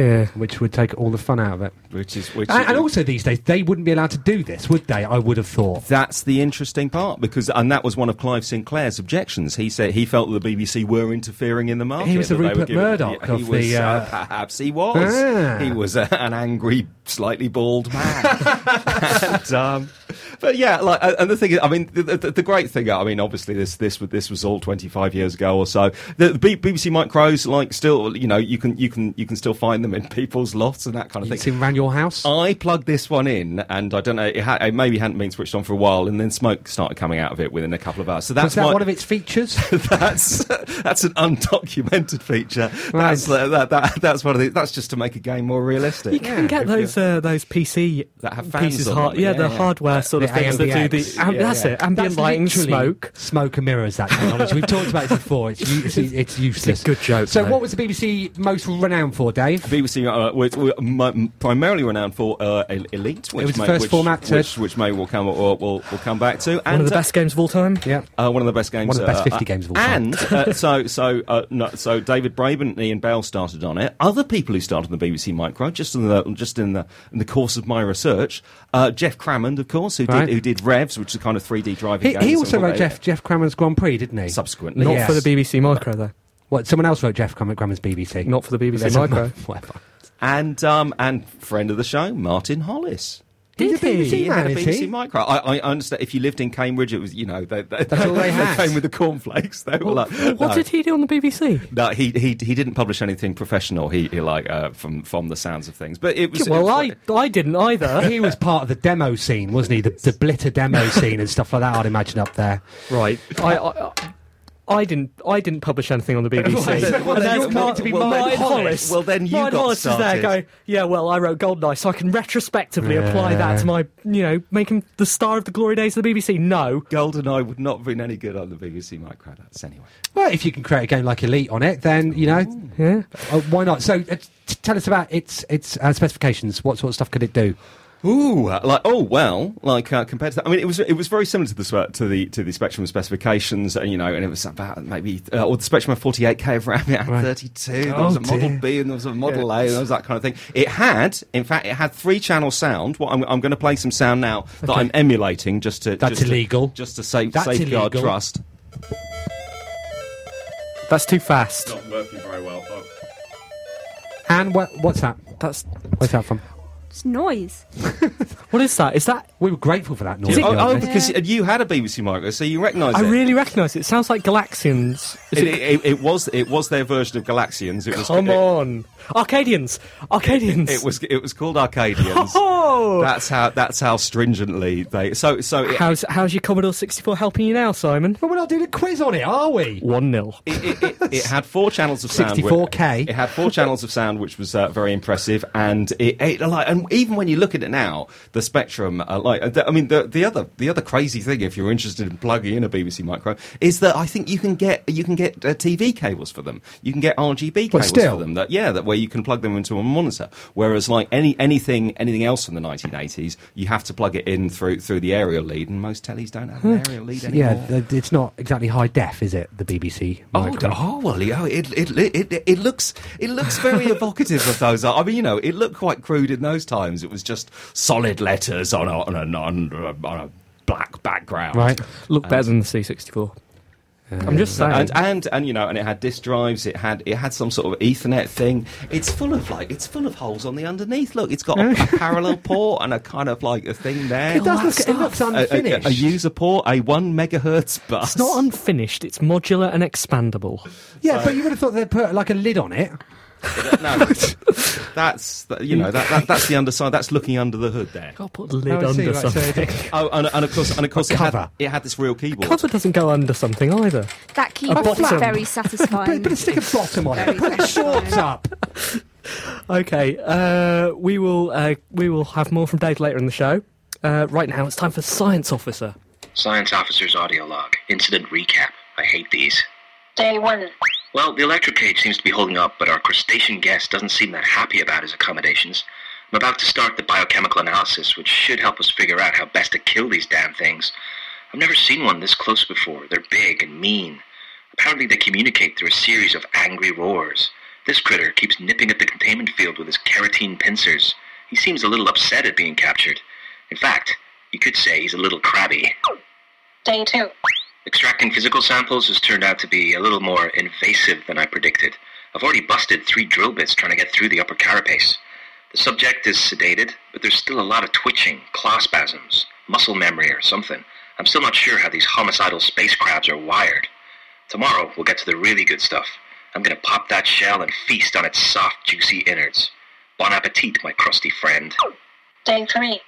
yeah. Which would take all the fun out of it. Which is which And, is- and also these days they wouldn't be allowed to do this, would they? I would have thought. that's the interesting part because and that was one of Clive Sinclair's objections. He said he felt the BBC were interfering in the market. He was the that they were Rupert giving- Murdoch Yeah, he of was, the, uh, perhaps he was. Ah. He was uh, an angry, slightly bald man. and, um, but yeah, like uh, and the thing is, I mean, the, the, the great thing, I mean, obviously this this was- this was all 25 years ago or so. The, the B- BBC micros, like, still, you know, you can you can you can still find them in people's lofts and that kind of thing. It's in around your house. I plugged this one in, and I don't know. It, ha- it maybe hadn't been switched on for a while, and then smoke started coming out of it within a couple of hours. So Was that's that my- one of its features? that's that's an undocumented feature. That's uh, that, that, that's one of the, that's just to make a game more realistic. You can get those uh, those PC That have fans pieces, on hard, them, yeah, yeah, the yeah. hardware sort of The things that do AMBX, the. am- yeah, that's yeah. it, ambient That's lighting, literally smoke. smoke and mirrors. That technology we've talked about it before. It's, u- it's, it's useless. good joke, So, though. what was the BBC most renowned for, Dave? BBC uh, were, were m- primarily renowned for uh, El- Elite, which was the may, first which, format to- which, which may will come or will, will come back to. One of the uh, best games of all time. yeah. Uh, one of the best games. One of the best uh, 50 uh, games of all time. And uh, so, so, uh, no, so David Braben and Ian Bell started on it. Other people who started on the BBC Micro, just in the just in the in the course of my research, uh, Jeff Crammond, of course, who Right. did who did Revs, which is a kind of three D driving. He, game. he also So wrote they- Jeff Jeff Cramer's Grand Prix, didn't he? Subsequently, Not Yes. for the BBC Micro though. What? Someone else wrote Jeff Cramer, Cramer's BBC. Not for the BBC There's a- Micro. Whatever. and um, and friend of the show, Martin Hollis. Did He's a BBC he? He had a man, is BBC he? Micro. I, I understand if you lived in Cambridge, it was you know they, they, That's all they had. came with the cornflakes. They were like, What no. did he do on the BBC? No, he, he he didn't publish anything professional. He, he like uh, from from the sounds of things, but it was Well, it was- I, I didn't either. He was part of the demo scene, wasn't he? The, the blitter demo scene and stuff like that. I'd imagine up there. right. I, I, I didn't I didn't publish anything on the Right, BBC. so what, then there's you're meant to be Martin Hollis. Well, then you Martin got Hollis is there started. going, yeah, well, I wrote Goldeneye, so I can retrospectively apply that to my, you know, make him the star of the glory days of the BBC. No. Goldeneye would not have been any good on the BBC Micro. That's anyway. Well, if you can create a game like Elite on it, then you know Yeah. uh, why not. So, uh, t- tell us about its its uh, specifications. What sort of stuff could it do? Ooh, uh, like oh well, like uh, compared to that, I mean, it was it was very similar to the spe- to the to the Spectrum specifications, and you know, and it was about maybe uh, or the Spectrum of 48K of RAM, it had Right. 32. there Oh, was a Model dear. B, and there was a Model A, and there was that kind of thing. It had, in fact, it had three channel sound. What I'm, I'm going to play some sound now that I'm emulating just to That's just to- illegal. just to safe, That's safeguard illegal. trust. That's too fast. Not working very well. And what, what's that? That's. Where's that from? It's noise. What is that? Is that. We were grateful for that noise. it- to Oh, be oh, honest. because you had a BBC Micro, so you recognise I it. really recognise it. It sounds like Galaxians. Is It, it- it, it was it was their version of Galaxians. It was Come it- on. Arcadians. Arcadians. It was it was called Arcadians. Oh! That's how that's how stringently they so so it, How's, how's your Commodore 64 helping you now, Simon? But we're not doing a quiz on it, are we? 1 0. it, it, it had four channels of sound. 64K. It had four channels of sound, which was uh, very impressive. And it, it like, and even when you look at it now, the spectrum, uh, like uh, the- I mean, the, the other the other crazy thing, if you're interested in plugging in a BBC micro, is that I think you can get you can get uh, TV cables for them. You can get RGB cables still. for them. That yeah, that where you can plug them into a monitor. Whereas like any anything anything else from the 1980s, you have to plug it in through through the aerial lead, and most tellies don't have an aerial lead anymore. Yeah, th- it's not exactly high def, is it? The BBC. Oh, micro? d- oh well, yeah, it, it it it it looks it looks very evocative of those. I mean, you know, it looked quite crude in those times. It was just solid letters on a on a, on a, on a black background. Right. Look better than the C64. I'm just saying. and, and and you know, and it had disk drives. It had it had some sort of Ethernet thing. It's full of like it's full of holes on the underneath. Look, it's got a, a parallel port and a kind of like a thing there. It does look. It looks Uh, A- a, unfinished. a, a user port, a one megahertz bus. it's not unfinished. It's modular and expandable. yeah, but you would have thought they'd put like a lid on it. no, that's that- you know that, that that's the underside. That's looking under the hood there. Got to put a lid Oh, I see, under right, so something. it- Oh, and, and of course, and of course, it had, cover. it had this real keyboard. Cover doesn't go under something either. That keyboard is bottom. very But, satisfying. but stick a bottom on it. Very Put the shorts satisfying. up. Okay, uh, we will uh, we will have more from Dave later in the show. Uh, right now, it's time for Science Officer. Science Officer's Audio Log. Incident Recap. I hate these. Day one, Well, the electrocage seems to be holding up, but our crustacean guest doesn't seem that happy about his accommodations. I'm about to start the biochemical analysis, which should help us figure out how best to kill these damn things. I've never seen one this close before. They're big and mean. Apparently, they communicate through a series of angry roars. This critter keeps nipping at the containment field with his keratine pincers. He seems a little upset at being captured. In fact, you could say he's a little crabby. day two, Extracting physical samples has turned out to be a little more invasive than I predicted. I've already busted three drill bits trying to get through the upper carapace. The subject is sedated, but there's still a lot of twitching, claw spasms, muscle memory, or something. I'm still not sure how these homicidal space crabs are wired. Tomorrow, we'll get to the really good stuff. I'm gonna pop that shell and feast on its soft, juicy innards. Bon appetit, my crusty friend. day three,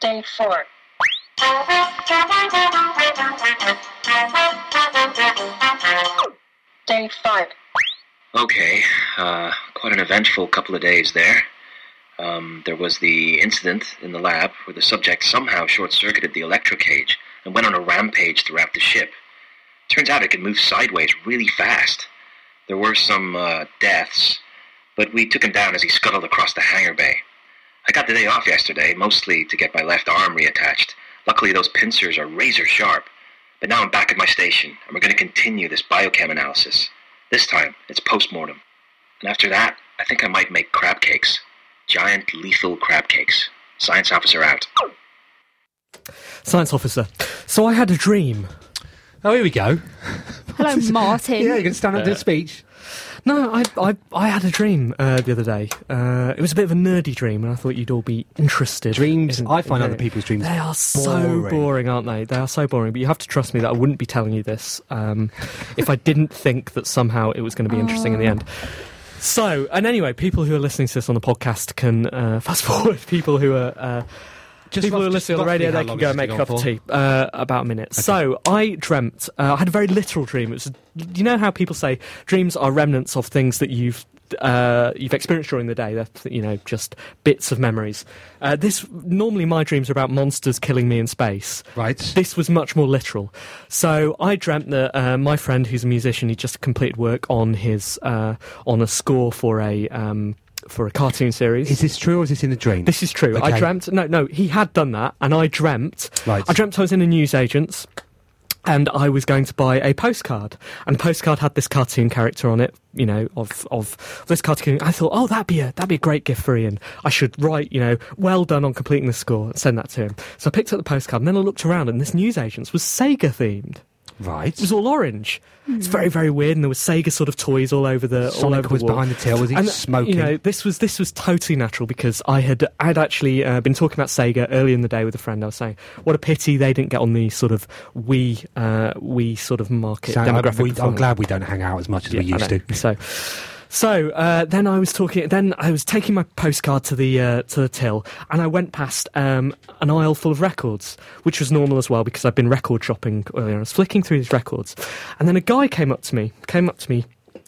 day four. Day five, Okay, uh, quite an eventful couple of days there. Um, there was the incident in the lab where the subject somehow short circuited the electrocage and went on a rampage throughout the ship. Turns out it can move sideways really fast. There were some uh, deaths, but we took him down as he scuttled across the hangar bay. I got the day off yesterday, mostly to get my left arm reattached. Luckily, those pincers are razor sharp. But now I'm back at my station, and we're going to continue this biochem analysis. This time, it's post-mortem. And after that, I think I might make crab cakes. Giant lethal crab cakes. Science officer out. Science Officer. So I had a dream. Oh, here we go. Hello, Martin. Yeah, you can stand up and do a speech. No, I I, I had a dream uh, the other day. Uh, it was a bit of a nerdy dream, and I thought you'd all be interested. Dreams- in- I find in other it. people's dreams They are so boring. boring, aren't they? They are so boring. But you have to trust me that I wouldn't be telling you this um, if I didn't think that somehow it was going to be interesting in the end. So, and anyway, people who are listening to this on the podcast can uh, fast forward. People who are uh, Just people who are rough- just listening on the roughly radio, how they can long has go this make a gone cup of for? tea. Uh, about a minute. So I dreamt. Uh, I had a very literal dream. It was, you know how people say dreams are remnants of things that you've uh, you've experienced during the day. They're you know just bits of memories. Uh, this normally my dreams are about monsters killing me in space. Right. This was much more literal. So I dreamt that uh, my friend, who's a musician, he just completed work on his uh, on a score for a um, for a cartoon series. Is this true or is this in the dream? This is true. I Okay. dreamt. No, no, he had done that, and I dreamt. Right. I dreamt I was in a newsagent's, and I was going to buy a postcard, and the postcard had this cartoon character on it. You know, of of this cartoon. I thought, oh, that'd be a that'd be a great gift for Ian. I should write, you know, well done on completing the score and send that to him. So I picked up the postcard, and then I looked around, and this newsagent's was Sega themed. Right. It was all orange. It's very, very weird, and there was Sega sort of toys all over the all Sonic over the was wall. behind the till, was he and, smoking? You know, this was this was totally natural because I had I'd actually uh, been talking about Sega earlier in the day with a friend. I was saying, what a pity they didn't get on the sort of we uh, we sort of market So, I'm, demographic. we- before I'm them. glad we don't hang out as much as we Yeah, I used know. to. So, so uh, then I was talking. Then I was taking my postcard to the uh, to the till, and I went past um, an aisle full of records, which was normal as well because I'd been record shopping earlier. I was flicking through these records, and then a guy came up to me, came up to me,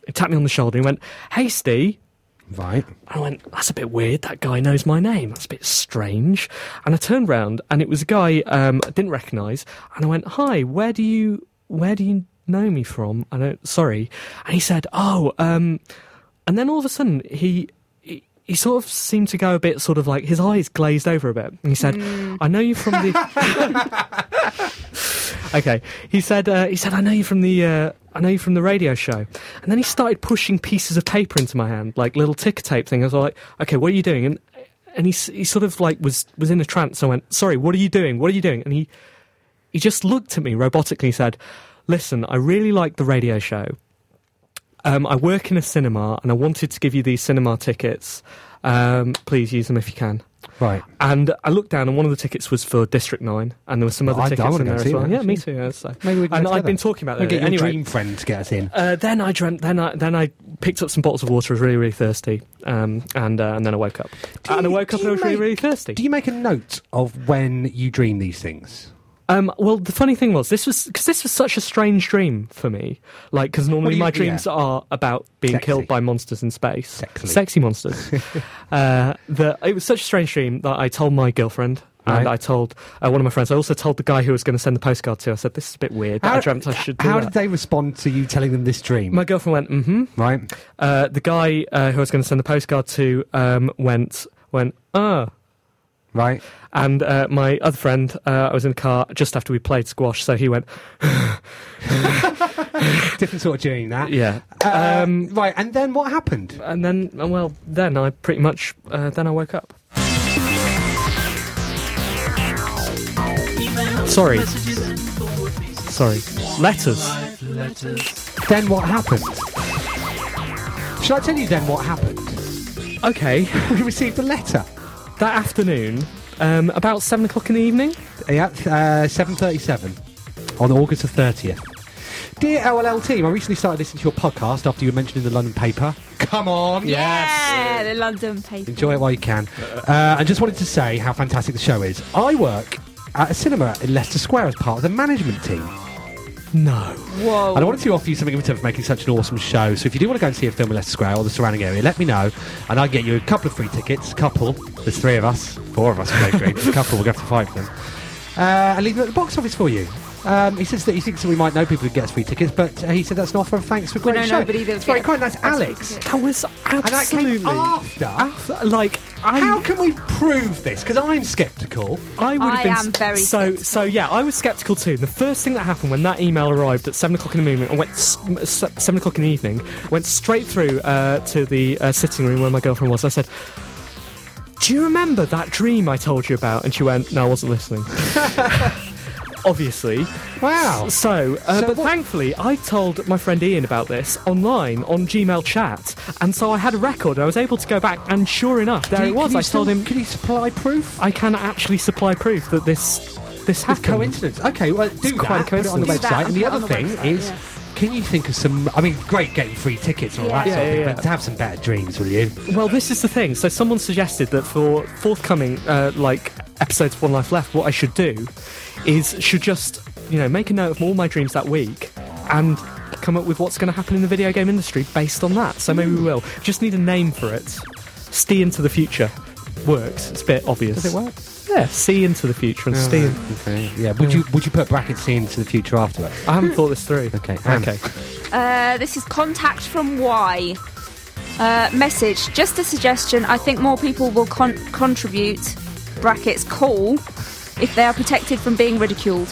he tapped me on the shoulder, and he went, "Hey, Steve." Right. I went, that's a bit weird. That guy knows my name. That's a bit strange. And I turned round, and it was a guy um, I didn't recognise. And I went, hi, where do you where do you know me from? I don't. Sorry. And he said, oh. Um, and then all of a sudden, he, he he sort of seemed to go a bit sort of like his eyes glazed over a bit. And he said, I know you from the. okay. He said uh, he said I know you from the. Uh, I know you from the radio show. And then he started pushing pieces of paper into my hand, like little ticker tape thing. I was like, okay, what are you doing? And and he s- he sort of like was was in a trance. I went, "Sorry, what are you doing? What are you doing?" And he he just looked at me robotically. said, "Listen, I really like the radio show. Um, I work in a cinema, and I wanted to give you these cinema tickets. Um, please use them if you can." Right. And I looked down, and one of the tickets was for District Nine, and there were some other Well, I- I tickets wanna in go there see as well. that, yeah, me actually. too. yeah, so. Maybe we can go and I've together. been talking about We'll that. get your anyway, dream friend to get us in. uh, then I dreamt. Then I then I picked up some bottles of water. I was really really thirsty, um, and uh, and then I woke up. Do and I you- woke up do and I you was really make- really thirsty. Do you make a note of when you dream these things? um, well, the funny thing was this was because this was such a strange dream for me. Like because normally you- my yeah. dreams are about being Sexy. killed by monsters in space, Sexy. monsters. uh, that it was such a strange dream that I told my girlfriend. And Right. I told uh, one of my friends. I also told the guy who was going to send the postcard to. I said, "This is a bit weird. that I dreamt I should." Do how that." did they respond to you telling them this dream? my girlfriend went, "Mm-hmm." right. uh, the guy uh, who I was going to send the postcard to um, went went ah. Right. And uh, my other friend, uh, I was in a car just after we played squash, so he went, Different sort of dream that. yeah. Uh, Um, right, and then what happened? and then, uh, well, then I pretty much, uh, then I woke up. Sorry. Sorry. Letters. Then what happened? Shall I tell you then what happened? Okay. We received a letter. That afternoon, um, about seven o'clock in the evening, Yeah, uh, 7.37 on August the 30th. Dear OLL team, I recently started listening to your podcast after you were mentioned in the London paper. Come on! Yeah, the London paper. Enjoy it while you can. Uh, I just wanted to say how fantastic the show is. I work at a cinema in Leicester Square as part of the management team. no. And I wanted to offer you something in return for making such an awesome show. So if you do want to go and see a film in Leicester Square or the surrounding area, let me know, and I'll get you a couple of free tickets. Couple. There's three of us. Four of us. Maybe. a couple. We'll have to fight for them. Uh, and leave them at the box office for you. Um, he says that he thinks that we might know people who get us free tickets, but uh, he said that's an offer of thanks for a We great know show. nobody that would It's very get kind. That's us free Alex. tickets. That was And that absolutely. came after. like, I. How can we prove this? Because I'm sceptical. I would I have been am very so sceptical. so. Yeah, I was skeptical too. The first thing that happened when that email arrived at seven o'clock in the evening, I went s- m- s- seven o'clock in the evening, went straight through uh, to the uh, sitting room where my girlfriend was. I said. Do you remember that dream I told you about? And she went, No, I wasn't listening. Obviously. Wow. So, uh, So but what- thankfully, I told my friend Ian about this online on Gmail chat, and so I had a record. I was able to go back, and sure enough, there Do you- it can was. you I still- told him. Can you supply proof? I can actually supply proof that this this It's happened. coincidence. Okay, well, do that. quite a put it on the coincidence. Do that website. and And put the it on other the thing website, is, yes. can you think of some? I mean, great getting free tickets and all that Yeah. sort of Yeah, thing, yeah, but yeah. to have some better dreams, will you? Well, this is the thing. So someone suggested that for forthcoming uh, like episodes of One Life Left, what I should do is should just you know make a note of all my dreams that week and come up with what's going to happen in the video game industry based on that. So Hmm. maybe we will. Just need a name for it. Stee into the future works. It's a bit obvious. Does it work? Oh, Yeah, see into the future and see. in- Okay. Yeah. Would you Would you put brackets into the future after it? I haven't thought this through. Okay, Anne. Okay. Uh, this is contact from Y. Uh, message, just a suggestion. I think more people will con- contribute, brackets, call, if they are protected from being ridiculed.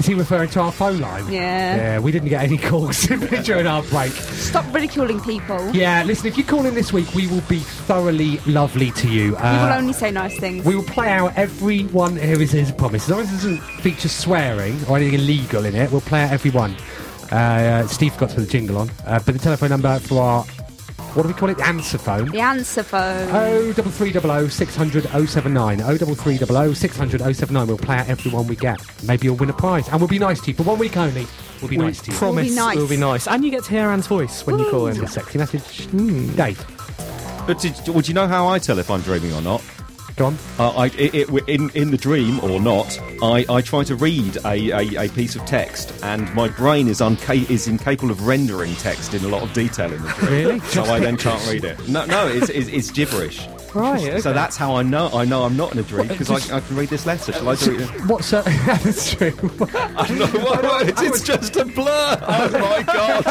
Is he referring to our phone line? Yeah. Yeah. We didn't get any calls simply during our break. Stop ridiculing people. Yeah. Listen, if you call in this week, we will be thoroughly lovely to you. We will Uh, only say nice things. We will play out everyone who is his promise. As long as it doesn't feature swearing or anything illegal in it, we'll play out everyone. Uh, uh, Steve got to put the jingle on. Uh, but the telephone number for our, what do we call it? Answer phone. the answer phone. Oh double three double oh six hundred oh seven nine. Oh double three double oh six hundred oh seven nine. We'll play out everyone we get. Maybe you'll win a prize, and we'll be nice to you for one week only. We'll be We nice to you. promise It'll be nice. it'll be nice. And you get to hear Anne's voice when you call in. It's a sexy message. Hmm. Dave, But did, would you know how I tell if I'm dreaming or not? go on. Uh, I, it, it, in, in the dream or not, I, I try to read a, a, a piece of text, and my brain is unca- is incapable of rendering text in a lot of detail in the dream. Really? So I then can't read it. No, no, it's, it's, it's gibberish. Right. Okay. So that's how I know I know I'm not in a dream because I, I can read this letter. Shall I do it? What's uh, that's true. I don't know what words. It's just a blur. Oh my god!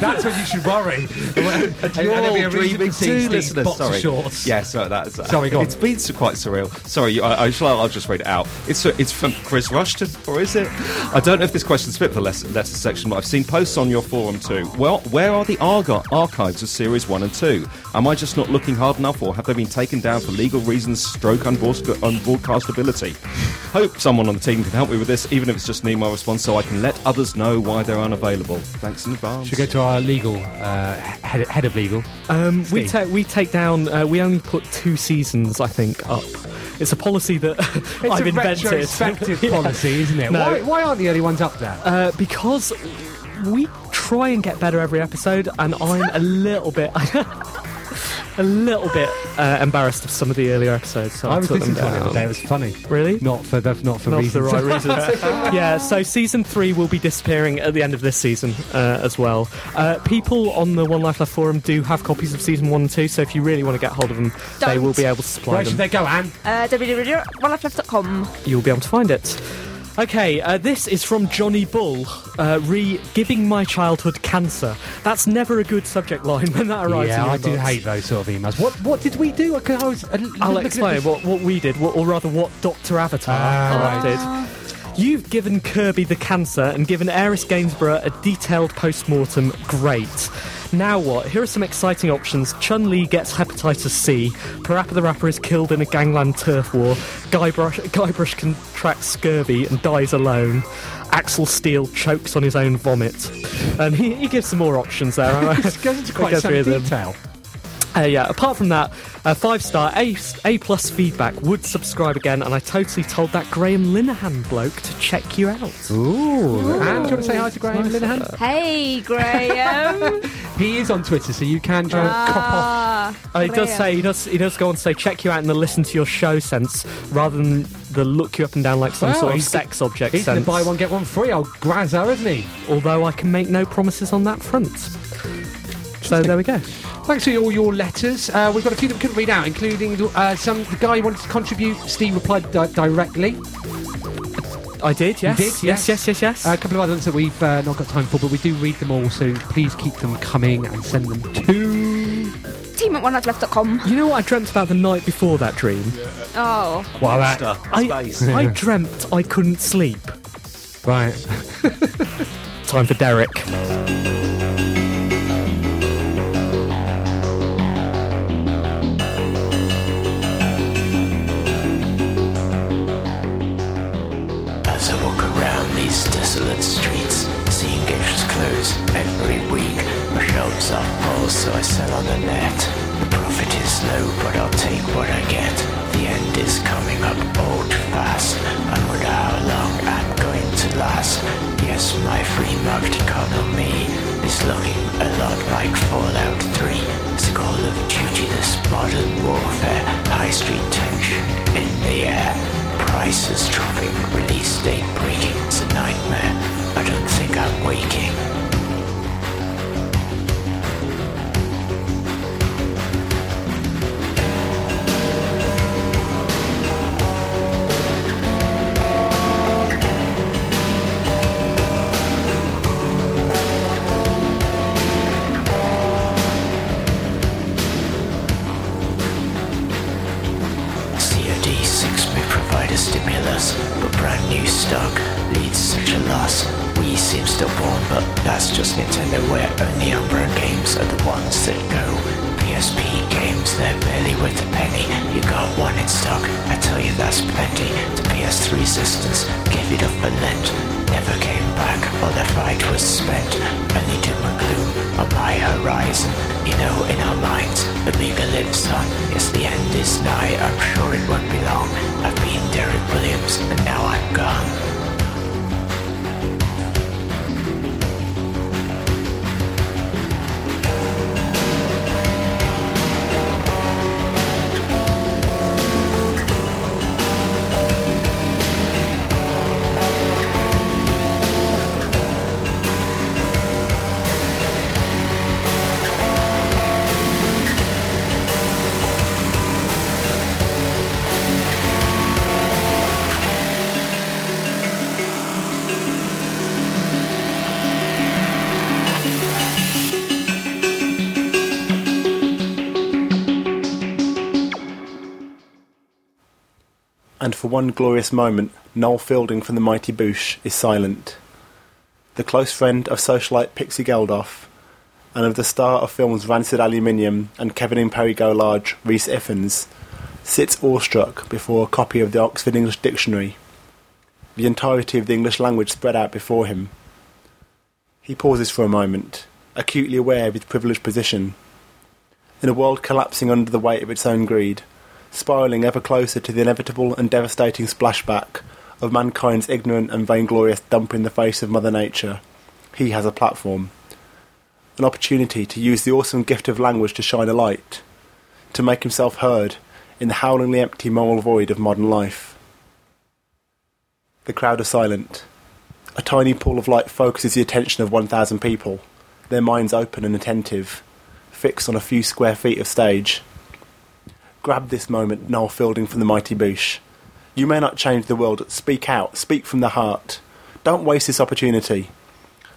That's when you should worry. and, and You're there'll be a all reason dreaming to see too, Steve's listeners. boxer Sorry. shorts. Yeah, so that's uh, Sorry, go on. It's been so quite surreal. Sorry, you- I, I shall. I'll just read it out. It's uh, it's from Chris Rushton, or is it? I don't know if this question's fit for the letter, letter section, but I've seen posts on your forum too. Well, where are the arg- archives of Series One and Two? Am I just not looking hard enough, or have they been taken? taken down for legal reasons, stroke unbroadca- unbroadcastability. Hope someone on the team can help me with this, even if it's just an email response, so I can let others know why they're unavailable. Thanks in advance. Should we go to our legal, uh, head, head of legal? Um, we, Steve. ta- we take down, uh, we only put two seasons, I think, up. It's a policy that It's I've a invented. retrospective Yeah. policy, isn't it? No. Why, why aren't the only ones up there? Uh, because we try and get better every episode, and I'm a little bit. A little bit uh, embarrassed of some of the earlier episodes, so I, I was took them listening to one the down. other day. It was funny. Really? Not for the, not for Not for reasons. the right reasons. yeah, so season three will be disappearing at the end of this season uh, as well. Uh, people on the One Life Left forum do have copies of season one and two, so if you really want to get hold of them, they Don't. will be able to supply Where them. should they go, Anne? Uh, www.onelifeleft.com. You'll be able to find it. Okay, uh, this is from Johnny Bull, uh, re giving my childhood cancer. That's never a good subject line when that arrives. in yeah, your I inbox. do hate those sort of emails. What what did we do? I can- I was, I l- I'll looking at explain this- what, what we did, what, or rather what Dr. Avatar Ah, did. You've given Kirby the cancer and given Eris Gainsborough a detailed post mortem. Great. Now what? Here are some exciting options. Chun Li gets hepatitis C. Parappa the Rapper is killed in a gangland turf war. Guybrush, Guybrush contracts scurvy and dies alone. Axel Steel chokes on his own vomit. Um, he, he gives some more options there. This goes into quite Go some through them. detail. Uh, yeah. Apart from that, uh, five star A A plus feedback would subscribe again, and I totally told that Graham Linehan bloke to check you out. Ooh. Anne, do you want to say hi to Graham Linehan? Hey, Graham. He is on Twitter, so you can try and cop off. Ah, Uh, he does Graham. say he does he does go on to say check you out in the listen to your show sense rather than the look you up and down like some Wow, sort of he's- sex object He's going sense. to buy one, get one free. Old Grazzo, isn't he? Although I can make no promises on that front. So there we go. Thanks for all your letters. Uh, we've got a few that we couldn't read out, including uh, some the guy who wanted to contribute. Steve replied di- directly. I did. Yes. did, yes. yes. Yes. Yes. yes. Uh, a couple of other ones that we've uh, not got time for, but we do read them all, so please keep them coming and send them to. Team at onelifeleft.com. you know what I dreamt about the night before that dream? Oh. Well, that. Stuff. I, Space. I dreamt I couldn't sleep. Right. Time for Derek. As I walk around these desolate streets, seeing gates close every week, my shelves are full, so I sell on the net. The profit is low, but I'll take what I get. The end is coming up old fast. I wonder how long I'm going to last. Yes, my free market economy is looking a lot like Fallout 3. It's a Call of Duty, this modern warfare, high street tension in the air. Prices dropping, release date breaking. It's a nightmare. I don't think I'm waking. COD 6 may provide a stimulus, but brand new stock leads such a loss. Wii seems to warm, but that's just Nintendo where only Umbra games are the ones that go. PSP games, they're barely worth a penny. You got one in stock, I tell you that's plenty. The PS3 resistance gave it up and lent. Never came back, all the fight was spent. Only doom and gloom on my horizon. You know, in our minds, Amiga lives on. Yes, the end is nigh, I'm sure it won't be long. I've been Derek Williams, and now I'm gone. and for one glorious moment, Noel Fielding from the Mighty Boosh is silent. The close friend of socialite Pixie Geldof, and of the star of films Rancid Aluminium and Kevin and Perry Go Large, Rhys Ifans, sits awestruck before a copy of the Oxford English Dictionary, the entirety of the English language spread out before him. He pauses for a moment, acutely aware of his privileged position. In a world collapsing under the weight of its own greed, spiralling ever closer to the inevitable and devastating splashback of mankind's ignorant and vainglorious dump in the face of Mother Nature, he has a platform. An opportunity to use the awesome gift of language to shine a light, to make himself heard in the howlingly empty moral void of modern life. The crowd are silent. A tiny pool of light focuses the attention of 1,000 people, their minds open and attentive, fixed on a few square feet of stage. Grab this moment, Noel Fielding from the Mighty Boosh. You may not change the world. Speak out. Speak from the heart. Don't waste this opportunity.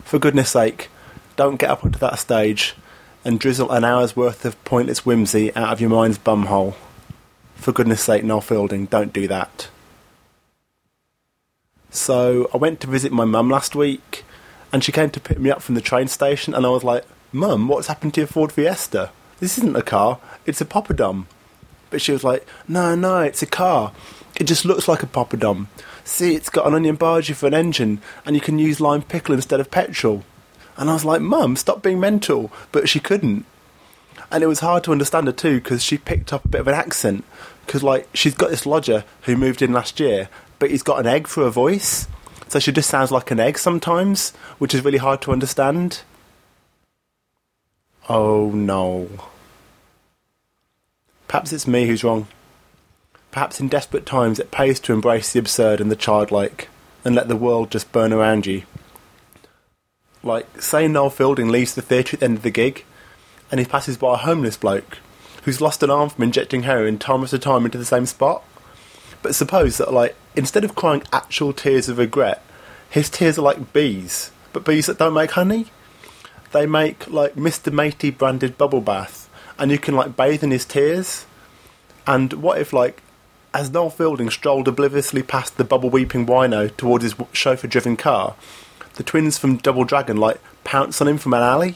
For goodness sake, don't get up onto that stage and drizzle an hour's worth of pointless whimsy out of your mind's bumhole. For goodness sake, Noel Fielding, don't do that. So I went to visit my mum last week, and she came to pick me up from the train station, and I was like, "Mum, what's happened to your Ford Fiesta? This isn't a car; it's a poppadom." But she was like, "No, no, it's a car. It just looks like a poppadom. See, it's got an onion barger for an engine, and you can use lime pickle instead of petrol." And I was like, "Mum, stop being mental!" But she couldn't, and it was hard to understand her too because she picked up a bit of an accent. Because like she's got this lodger who moved in last year, but he's got an egg for a voice. So she just sounds like an egg sometimes, which is really hard to understand. Oh no. Perhaps it's me who's wrong. Perhaps in desperate times it pays to embrace the absurd and the childlike, and let the world just burn around you. Like, say Noel Fielding leaves the theatre at the end of the gig, and he passes by a homeless bloke who's lost an arm from injecting heroin time after time into the same spot. But suppose that, like, instead of crying actual tears of regret, his tears are like bees, but bees that don't make honey. They make, like, Mr. Matey branded bubble bath, and you can, like, bathe in his tears. And what if, like, as Noel Fielding strolled obliviously past the bubble weeping wino towards his chauffeur driven car, the twins from Double Dragon, like, pounce on him from an alley?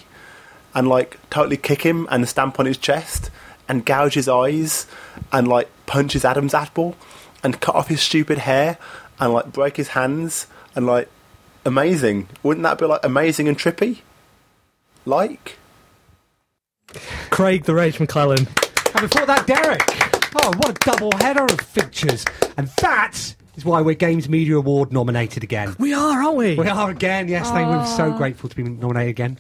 and like totally kick him and stamp on his chest and gouge his eyes and like punch his Adam's apple and cut off his stupid hair and like break his hands and like amazing. Wouldn't that be like amazing and trippy? Like? Craig the Rage McClellan. And before that, Derek. Oh, what a double header of features. And that is why we're Games Media Award nominated again. We are, aren't we? We are again, yes. Thank you. We're Ah. so grateful to be nominated again.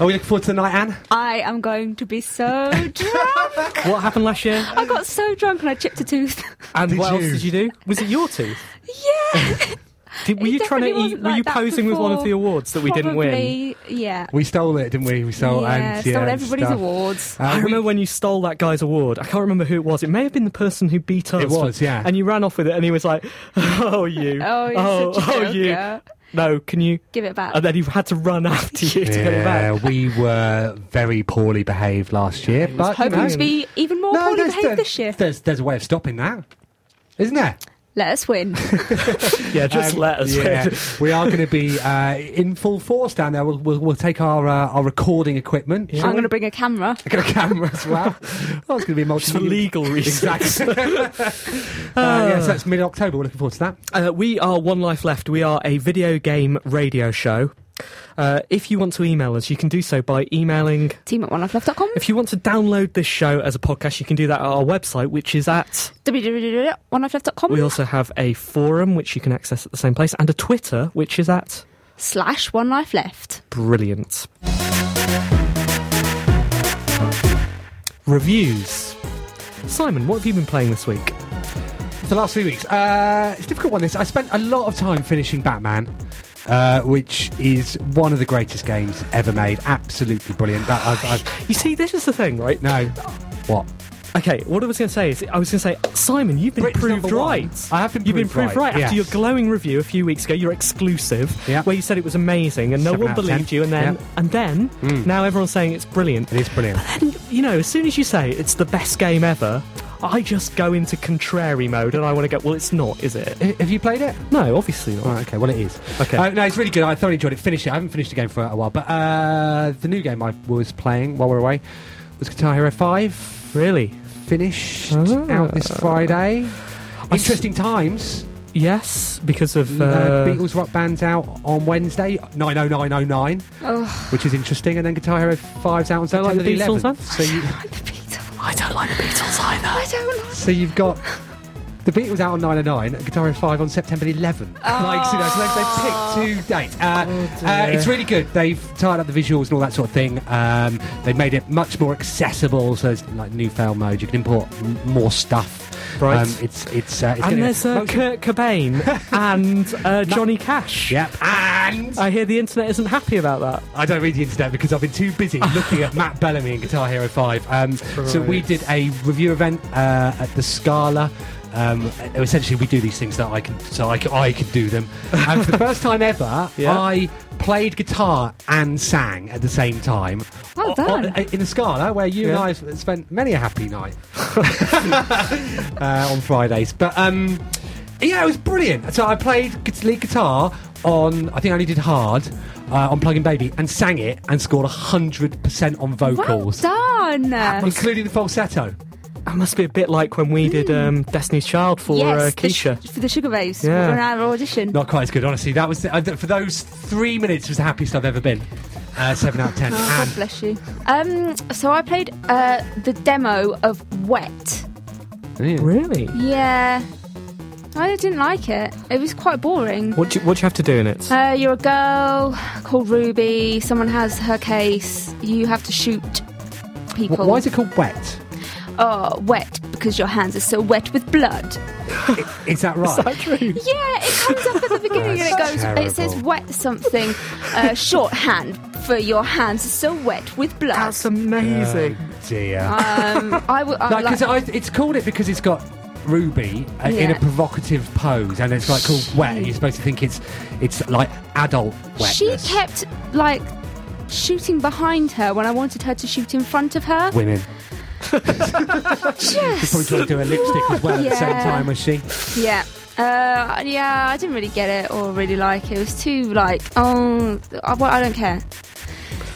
Are we looking forward to the night, Anne? I am going to be so drunk. What happened last year? I got so drunk and I chipped a tooth. And Did what you? else did you do? Was it your tooth? yeah. Did, were It you trying to definitely eat? wasn't Were like you that posing with one of the before. awards that we didn't win? Probably, Yeah. We stole it, didn't we? We stole Yeah, and stole and everybody's stuff. awards. Uh, I we- remember when you stole that guy's award. I can't remember who it was. It may have been the person who beat us. It was, yeah. And you ran off with it, and he was like, "Oh, you! Oh, you're oh, such a oh, you! joker. No, can you?" Give it back. And then he had to run after you to get it yeah, back. we were very poorly behaved last year, but you Hoping know, to be even more No, poorly there's- behaved this year. There's there's a way of stopping that, isn't there? Let us win. Yeah, just Um, let us. yeah, win. we are going to be uh, in full force down there. We'll, we'll, we'll take our uh, our recording equipment. I'm going to bring a camera. I've got a camera as well. Oh, it's going to be a multi for legal reasons. Exactly. uh, Oh. yeah, so that's mid October. We're looking forward to that. Uh, we are One Life Left. We are a video game radio show. Uh, if you want to email us, you can do so by emailing. Team at onelifeleft.com. If you want to download this show as a podcast, you can do that at our website, which is at. www.onelifeleft.com. We also have a forum, which you can access at the same place, and a Twitter, which is at. Slash one life left. Brilliant. Reviews. Simon, what have you been playing this week? The last three weeks. Uh, it's a difficult one. This I spent a lot of time finishing Batman, uh, which is one of the greatest games ever made. Absolutely brilliant. That I've, I've, You see, this is the thing, right? no, what? Okay, what I was going to say is, I was going to say, Simon, you've been Britain's proved number one. right. I have been You've been proved proved right, right, after your yes. glowing review a few weeks ago. Your exclusive, Yeah. where you said it was amazing and no Seven one out of believed ten. you, and then Yeah. and then now everyone's saying it's brilliant. It is brilliant. And you know, as soon as you say it's the best game ever, I just go into contrary mode and I want to go, well, it's not, is it? Have you played it? No, obviously not. okay, well, it is. Okay. Uh, no, it's really good. I thoroughly enjoyed it. Finished it. I haven't finished the game for a while, but uh, the new game I was playing while we were away was Guitar Hero 5. Really? Finished out this Friday. Interesting times. Yes, because of. Uh, Uh, Beatles Rock Band's out on Wednesday, 90909, Ugh. which is interesting. And then Guitar Hero 5's out on Don't like September the Beatles, 11th. then? So, you, I don't like the Beatles either. I don't like so you've got the Beatles out on 909, Guitar Hero 5 on September 11th. Like, you know, so Oh. they've, they've picked two dates. Uh, uh, dear. it's really good. They've tied up the visuals and all that sort of thing. Um, they've made it much more accessible. So there's like new fail mode. You can import m- more stuff. Right. Um, it's it's, uh, it's gonna- and there's uh, most- Kurt Cobain and uh, Johnny Cash. Yep, and I hear the internet isn't happy about that. I don't read the internet because I've been too busy looking at Matt Bellamy and Guitar Hero 5. Um, So we Right. did a review event uh, at the Scala. Um, essentially, we do these things that I can, so I can, I can do them. And for the first time ever, Yeah. I played guitar and sang at the same time. Well O- o- done. in the Scala, where you Yeah. and I spent many a happy night uh, on Fridays. But um, yeah, it was brilliant. So I played gu- lead guitar on, I think I only did hard uh, on Plug In Baby and sang it and scored 100% on vocals, Well done. including the falsetto. That must be a bit like when we did um, Destiny's Child for uh, yes, the sh- Keisha. for the Sugar Babes Yeah. on our audition. Not quite as good, honestly. That was uh, th- For those three minutes, it was the happiest I've ever been. Uh, 7 out of 10. God and bless you. Um, so I played uh, the demo of Wet. Really? Yeah, I didn't like it. It was quite boring. What do, you, what do you have to do in it? Uh, you're a girl called Ruby. Someone has her case. You have to shoot people. Wh- why is it called Wet? Oh, wet because your hands are so wet with blood. Is that right? Yeah, it comes up at the beginning and it That's goes. terrible. It says wet something. Uh, shorthand for your hands are so wet with blood. That's amazing. Oh, dear. um, I would. I like, like- 'cause I, it's called it because it's got Ruby uh, in a Yeah. provocative pose, and it's like called wet. and You're supposed to think it's it's like adult wetness. She kept like shooting behind her when I wanted her to shoot in front of her. women. She's probably trying to do her lipstick as well at the same Yeah. time, was she? Yeah. Uh, yeah, I didn't really get it or really like it. It was too like, oh, I, well, I don't care.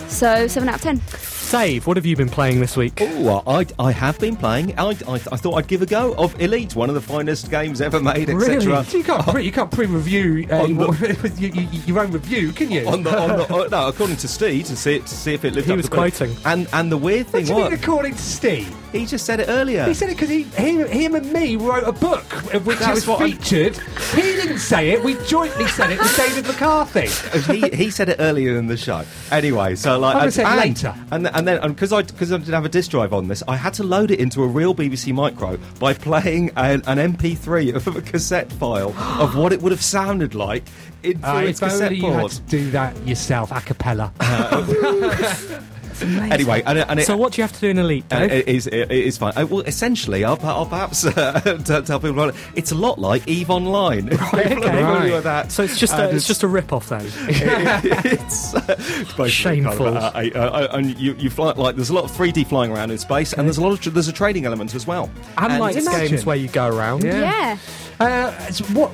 So seven out of ten. Save, what have you been playing this week? Oh, I, I have been playing. I, I, I thought I'd give a go of Elite, one of the finest games ever made, etc. You can't, pre, you can't pre-review uh, On the- your- your- your own review, can you? On the, on the, oh, no, according to Steve, to see, to see if it lived He up was to the bill. quoting. And and the weird what thing do you mean, was, according to Steve? he just said it earlier. He said it because he, he, him and me wrote a book of which That's it was what I'm- featured. He didn't say it. We jointly said it with David McCarthy. he, he said it earlier in the show. Anyway, so like I would've and- said and, later. and th- and then because I because I didn't have a disk drive on this, I had to load it into a real BBC micro by playing an, an MP3 of a cassette file of what it would have sounded like in Uh, through its if only cassette you had board. to do that yourself a cappella. Anyway, and, it- and it, So, what do you have to do in Elite, Uh, Dave? it is it, it is fine. Uh, well, essentially, I'll, I'll perhaps uh, t- tell people about it. It's a lot like Eve Online. People are okay. familiar Right. with that. so, it's just, Uh, a, it's just a rip off then. it's, uh, it's basically Shameful. kind of, uh, a- uh, uh, and you, you fly like there's a lot of 3D flying around in space, and there's a lot of tr- there's a trading element as well. Unlike And- imagine. games where you go around. Yeah. Yeah. Uh, so what?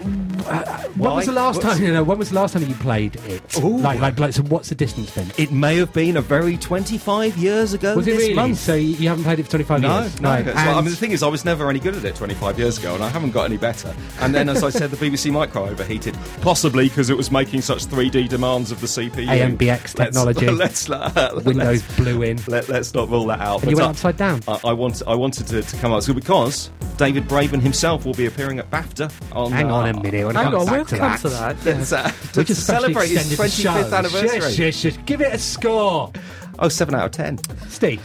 Uh, when Why? was the last What's- time? You know, when was the last time you played it? Ooh. Like, like, like, so what's the distance been? it may have been a very 25 years ago was it this really? month. So you you haven't played it for 25 No, years? no. It's like- I And- mean, the thing is, I was never any good at it 25 years ago, and I haven't got any better. And then, as I said, the BBC micro overheated, possibly because it was making such 3D demands of the CPU. AMBX technology. Let's, let's, uh, Windows let's- blew in. Let, us not rule that out. And you But went I- upside down. I, I, want, I wanted to, to come out so because David Braben himself will be appearing at BAFTA on. Hang on uh, a minute. When it Hang comes on, back we'll to come that. to that. that's, uh, We to just specially celebrate his extended the 25th show. anniversary. Shush, shush, shush. Give it a score, Oh, seven out of ten. Steve.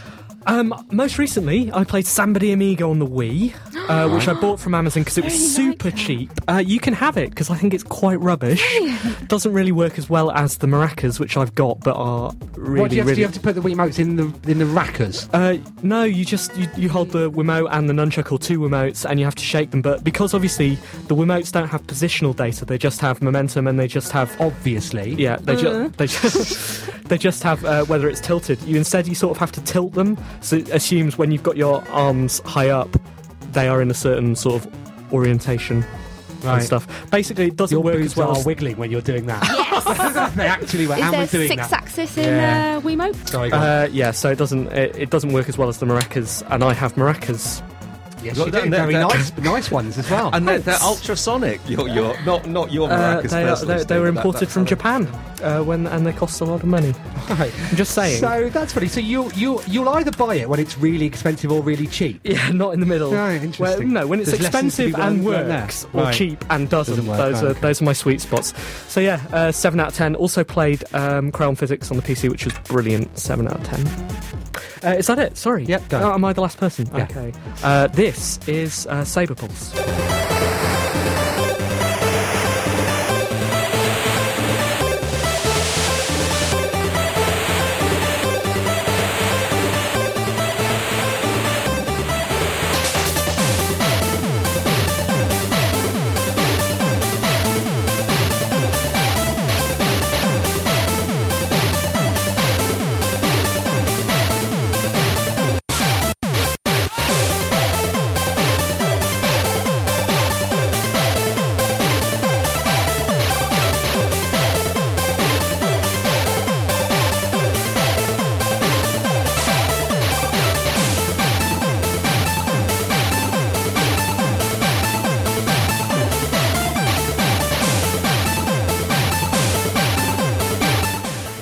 Um, most recently, I played Somebody Amigo on the Wii, uh, which I bought from Amazon because it was super cheap. Uh, you can have it because I think it's quite rubbish. Doesn't really work as well as the maracas, which I've got, but are really, what do you have, to, do really. you have to put the Wiimotes in the in the rackers? Uh, no, you just you, you hold the Wiimote and the nunchuck or two Wiimotes, and you have to shake them. But because obviously the Wiimotes don't have positional data, they just have momentum, and they just have Oh. Obviously. yeah, they Uh. just they just they just have uh, whether it's tilted. You instead you sort of have to tilt them, so it assumes when you've got your arms high up, they are in a certain sort of orientation Right. and stuff. Basically, it doesn't Your work boobs as well. are as- wiggling when you're doing that. Yes. they actually were. Is and there we're doing six that. axis in Yeah. uh, Wiimote? Sorry, go on. Uh, yeah, so it doesn't it, it doesn't work as well as the maracas, and I have maracas. yes, Look, you that- do. that- Very that- nice, nice ones as well. And they're, they're ultrasonic. Your, your, not, not your Uh, maracas they, are, personally, they, they Steve, were but that- imported that's from how they- Japan, uh, when and they cost a lot of money. Right. I'm just saying. So that's funny. So you you you'll either buy it when it's really expensive or really cheap. yeah, not in the middle. Right, Where- interesting. no, when it's There's lessons to be expensive and learned there. works, or Right. cheap and doesn't. Doesn't work, those are okay. those are my sweet spots. So yeah, uh, seven out of ten. Also played um, Crown Physics on the PC, which was brilliant. Seven out of ten. Uh, is that it? Sorry. Yep, go. Oh, am I the last person? Yeah. Okay. Uh, this is uh, Saber Pulse.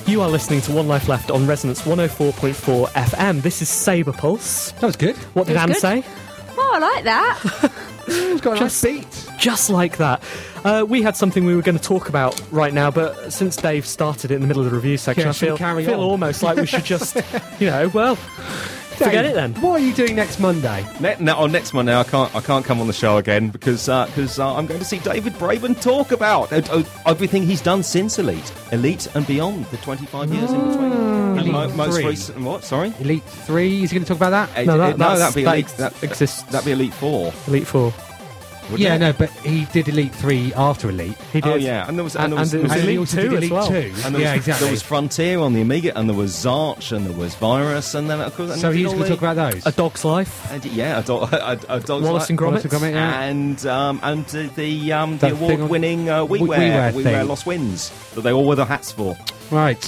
You are listening to One Life Left on Resonance 104.4 FM. This is Saber Pulse. That was good. What did That's Anne good. say? Oh, I like that. It's got a nice Just- beat. Just like that. Uh, we had something we were going to talk about right now, but since Dave started it in the middle of the review section, Yeah, I should we feel, carry feel on? almost like we should just, you know, well, forget Dave, it then. What are you doing next Monday? Ne- no, on next Monday, I can't. I can't come on the show again because because uh, I'm going to see David Braben talk about uh, uh, everything he's done since Elite, Elite and beyond the 25 years in between. And mo- Mm. Elite most three. recent, what? Sorry. Elite Three. Is he going to talk about that? It- No, that- it- no, that's- that'd be that elite, ex- that exists. That'd be elite four. Elite Four. wouldn't yeah, it? no, but he did Elite Three after Elite. He did. Oh yeah, and there was And- and, there was, and it was there was- And he Elite also Two did as Elite well. Two. and there yeah, was, exactly. there was Frontier on the Amiga, and there was Zarch, and there was Virus, and then of course. and so he did he's all going to the- talk about those. A Dog's Life. and, yeah, a dog, a, a dog's Wallace Life- and Gromit. Wallace and Gromit, yeah. and um, and uh, the um, the That thing on- award-winning uh, We- WiiWare WiiWare WiiWare thing. Lost Winds that they all wear their hats for, Right.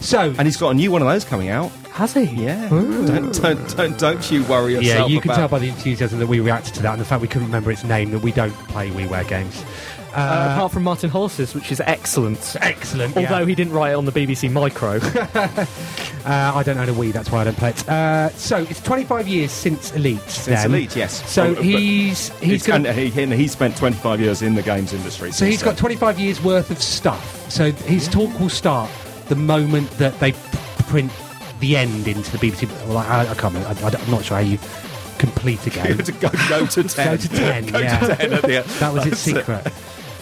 So and he's got a new one of those coming out. Has he? Yeah, don't, don't don't don't you worry yourself. yeah, you can about- tell by the enthusiasm that we reacted to that, and the fact we couldn't remember its name that we don't play WiiWare games. Uh, Uh, apart from Martin Hollis's, which is excellent. excellent. Although yeah. he didn't write it on the BBC Micro. Uh, I don't own a Wii, that's why I don't play it. Uh, so it's 25 years since Elite. Since Elite, yes. So Um, but he's he's He's, and gonna, he, and he spent 25 years in the games industry. so since he's got then. 25 years worth of stuff. So his talk will start the moment that they p- print the end into the BBC. Well, I, I can't. Remember, I, am not sure how you complete a game. to go, go to 10. Go to 10, yeah. 10 at the end. that was its That's it. secret.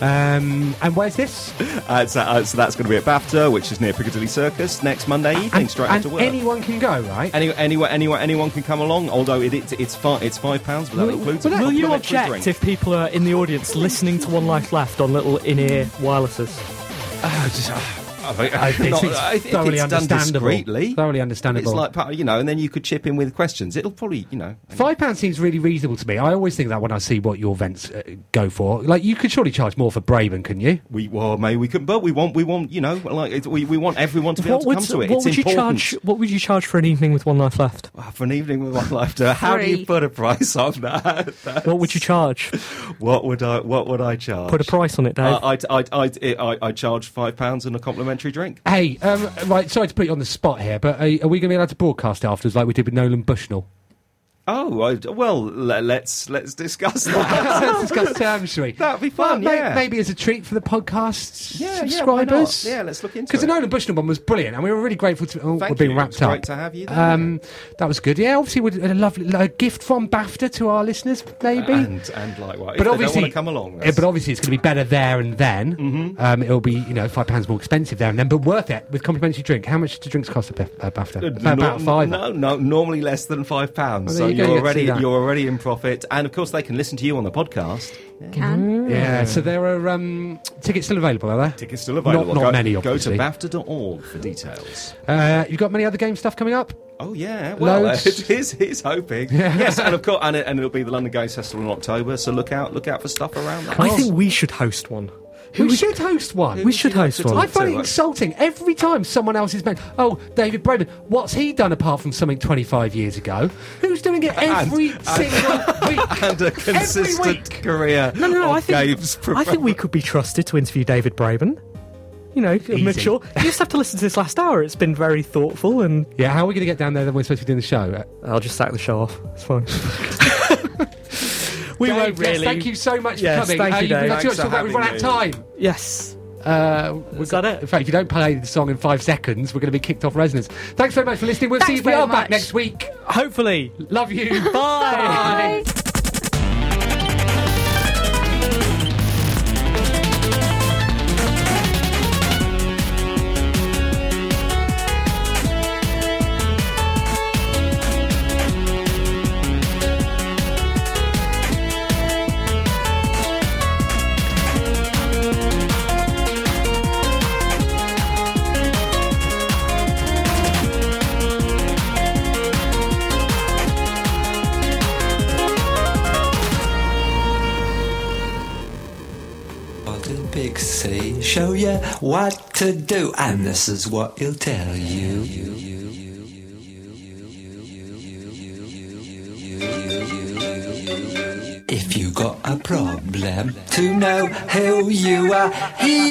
Um, and where's this? Uh, so, uh, so that's going to be at BAFTA, which is near Piccadilly Circus, next Monday evening, And, straight and after work. anyone can go, right? Any, anyone, anyone, anyone can come along. Although it, it's it's fi- it's five pounds, but that includes. a Will you complimentary object drink. if people are in the audience listening to One Life Left on little in-ear wirelesses? I think- I think Uh, not- it's I think thoroughly it's done understandable. discreetly. Thoroughly understandable. It's like part- you know, and then you could chip in with questions. It'll probably you know. Five pounds seems really reasonable to me. I always think that when I see what your vents uh, go for, like you could surely charge more for Braben, couldn't you? We well, maybe we could, but we want we want you know like it, we, we want everyone to be able to come to it. what it's would you important. charge? What would you charge for an evening with One Life Left? Wow, for an evening with one life to how do Three. you put a price on that? What would you charge? what would I what would I charge? Put a price on it, Dave. Uh, I I I I I charge five pounds and a complimentary drink. Hey, um, right. Sorry to put you on the spot here, but are, are we going to be allowed to broadcast it afterwards, like we did with Nolan Bushnell? Oh I, well, le- let's let's discuss that. Let's discuss terms, shall we? That'd be fun, Well, may- yeah. Maybe as a treat for the podcast Yeah, yeah, why not? subscribers. Yeah, let's look into Because the it. Nolan Bushnell one was brilliant, and we were really grateful to oh, Thank we're being you. wrapped It's up. great to have you there. Um, that was good. Yeah, obviously, with a lovely a gift from BAFTA to our listeners, maybe. and and likewise, but if obviously, they don't want to come eh, along. Yeah, that's- Mm-hmm. but obviously, it's going to be better there and then. Um, it'll be you know five pounds more expensive there and then, but worth it with complimentary drink. How much do drinks cost at Bef- uh, BAFTA? Uh, About, about norm- five. No, no, normally less than five pounds. Well, so you're there you go, you get to already see that. you're already in profit, and of course they can listen to you on the podcast. Can. Yeah, so there are um, tickets still available, are there? Tickets still available. Not, not go, many, Go to obviously. BAFTA.org for details. uh, you've got many other game stuff coming up. Oh yeah, well, Loads. it is. It's hoping. Yes, and of course, and, it, and it'll be the London Games Festival in October. So look out, look out for stuff around. That. I think we should host one. We should host one. We should host one. I find it insulting every time someone else is meant. Oh, David Bremen, what's he done apart from something 25 years ago? Who's doing it every single week? and a consistent career No, no, no. of I think, games. I think we could be trusted to interview David Braben. You know, mature. You just have to listen to this last hour. It's been very thoughtful, and Yeah, how are we going to get down there that we're supposed to be doing the show? I'll just sack the show off. It's fine. we Dave, won't yes, really. thank you so much Yes, for coming. thank Uh, you, Dave. got too Thanks much to talk for about. We've run out of having time. Yes. Uh, Is that it? In fact, if you don't play the song in five seconds, we're going to be kicked off resonance. Thanks very much for listening. We'll see Thanks if we very are back much. next week. Hopefully. Love you. Bye. Bye. What did Big C show you what to do? And this is what he'll tell you. If you got a problem to know who you are, he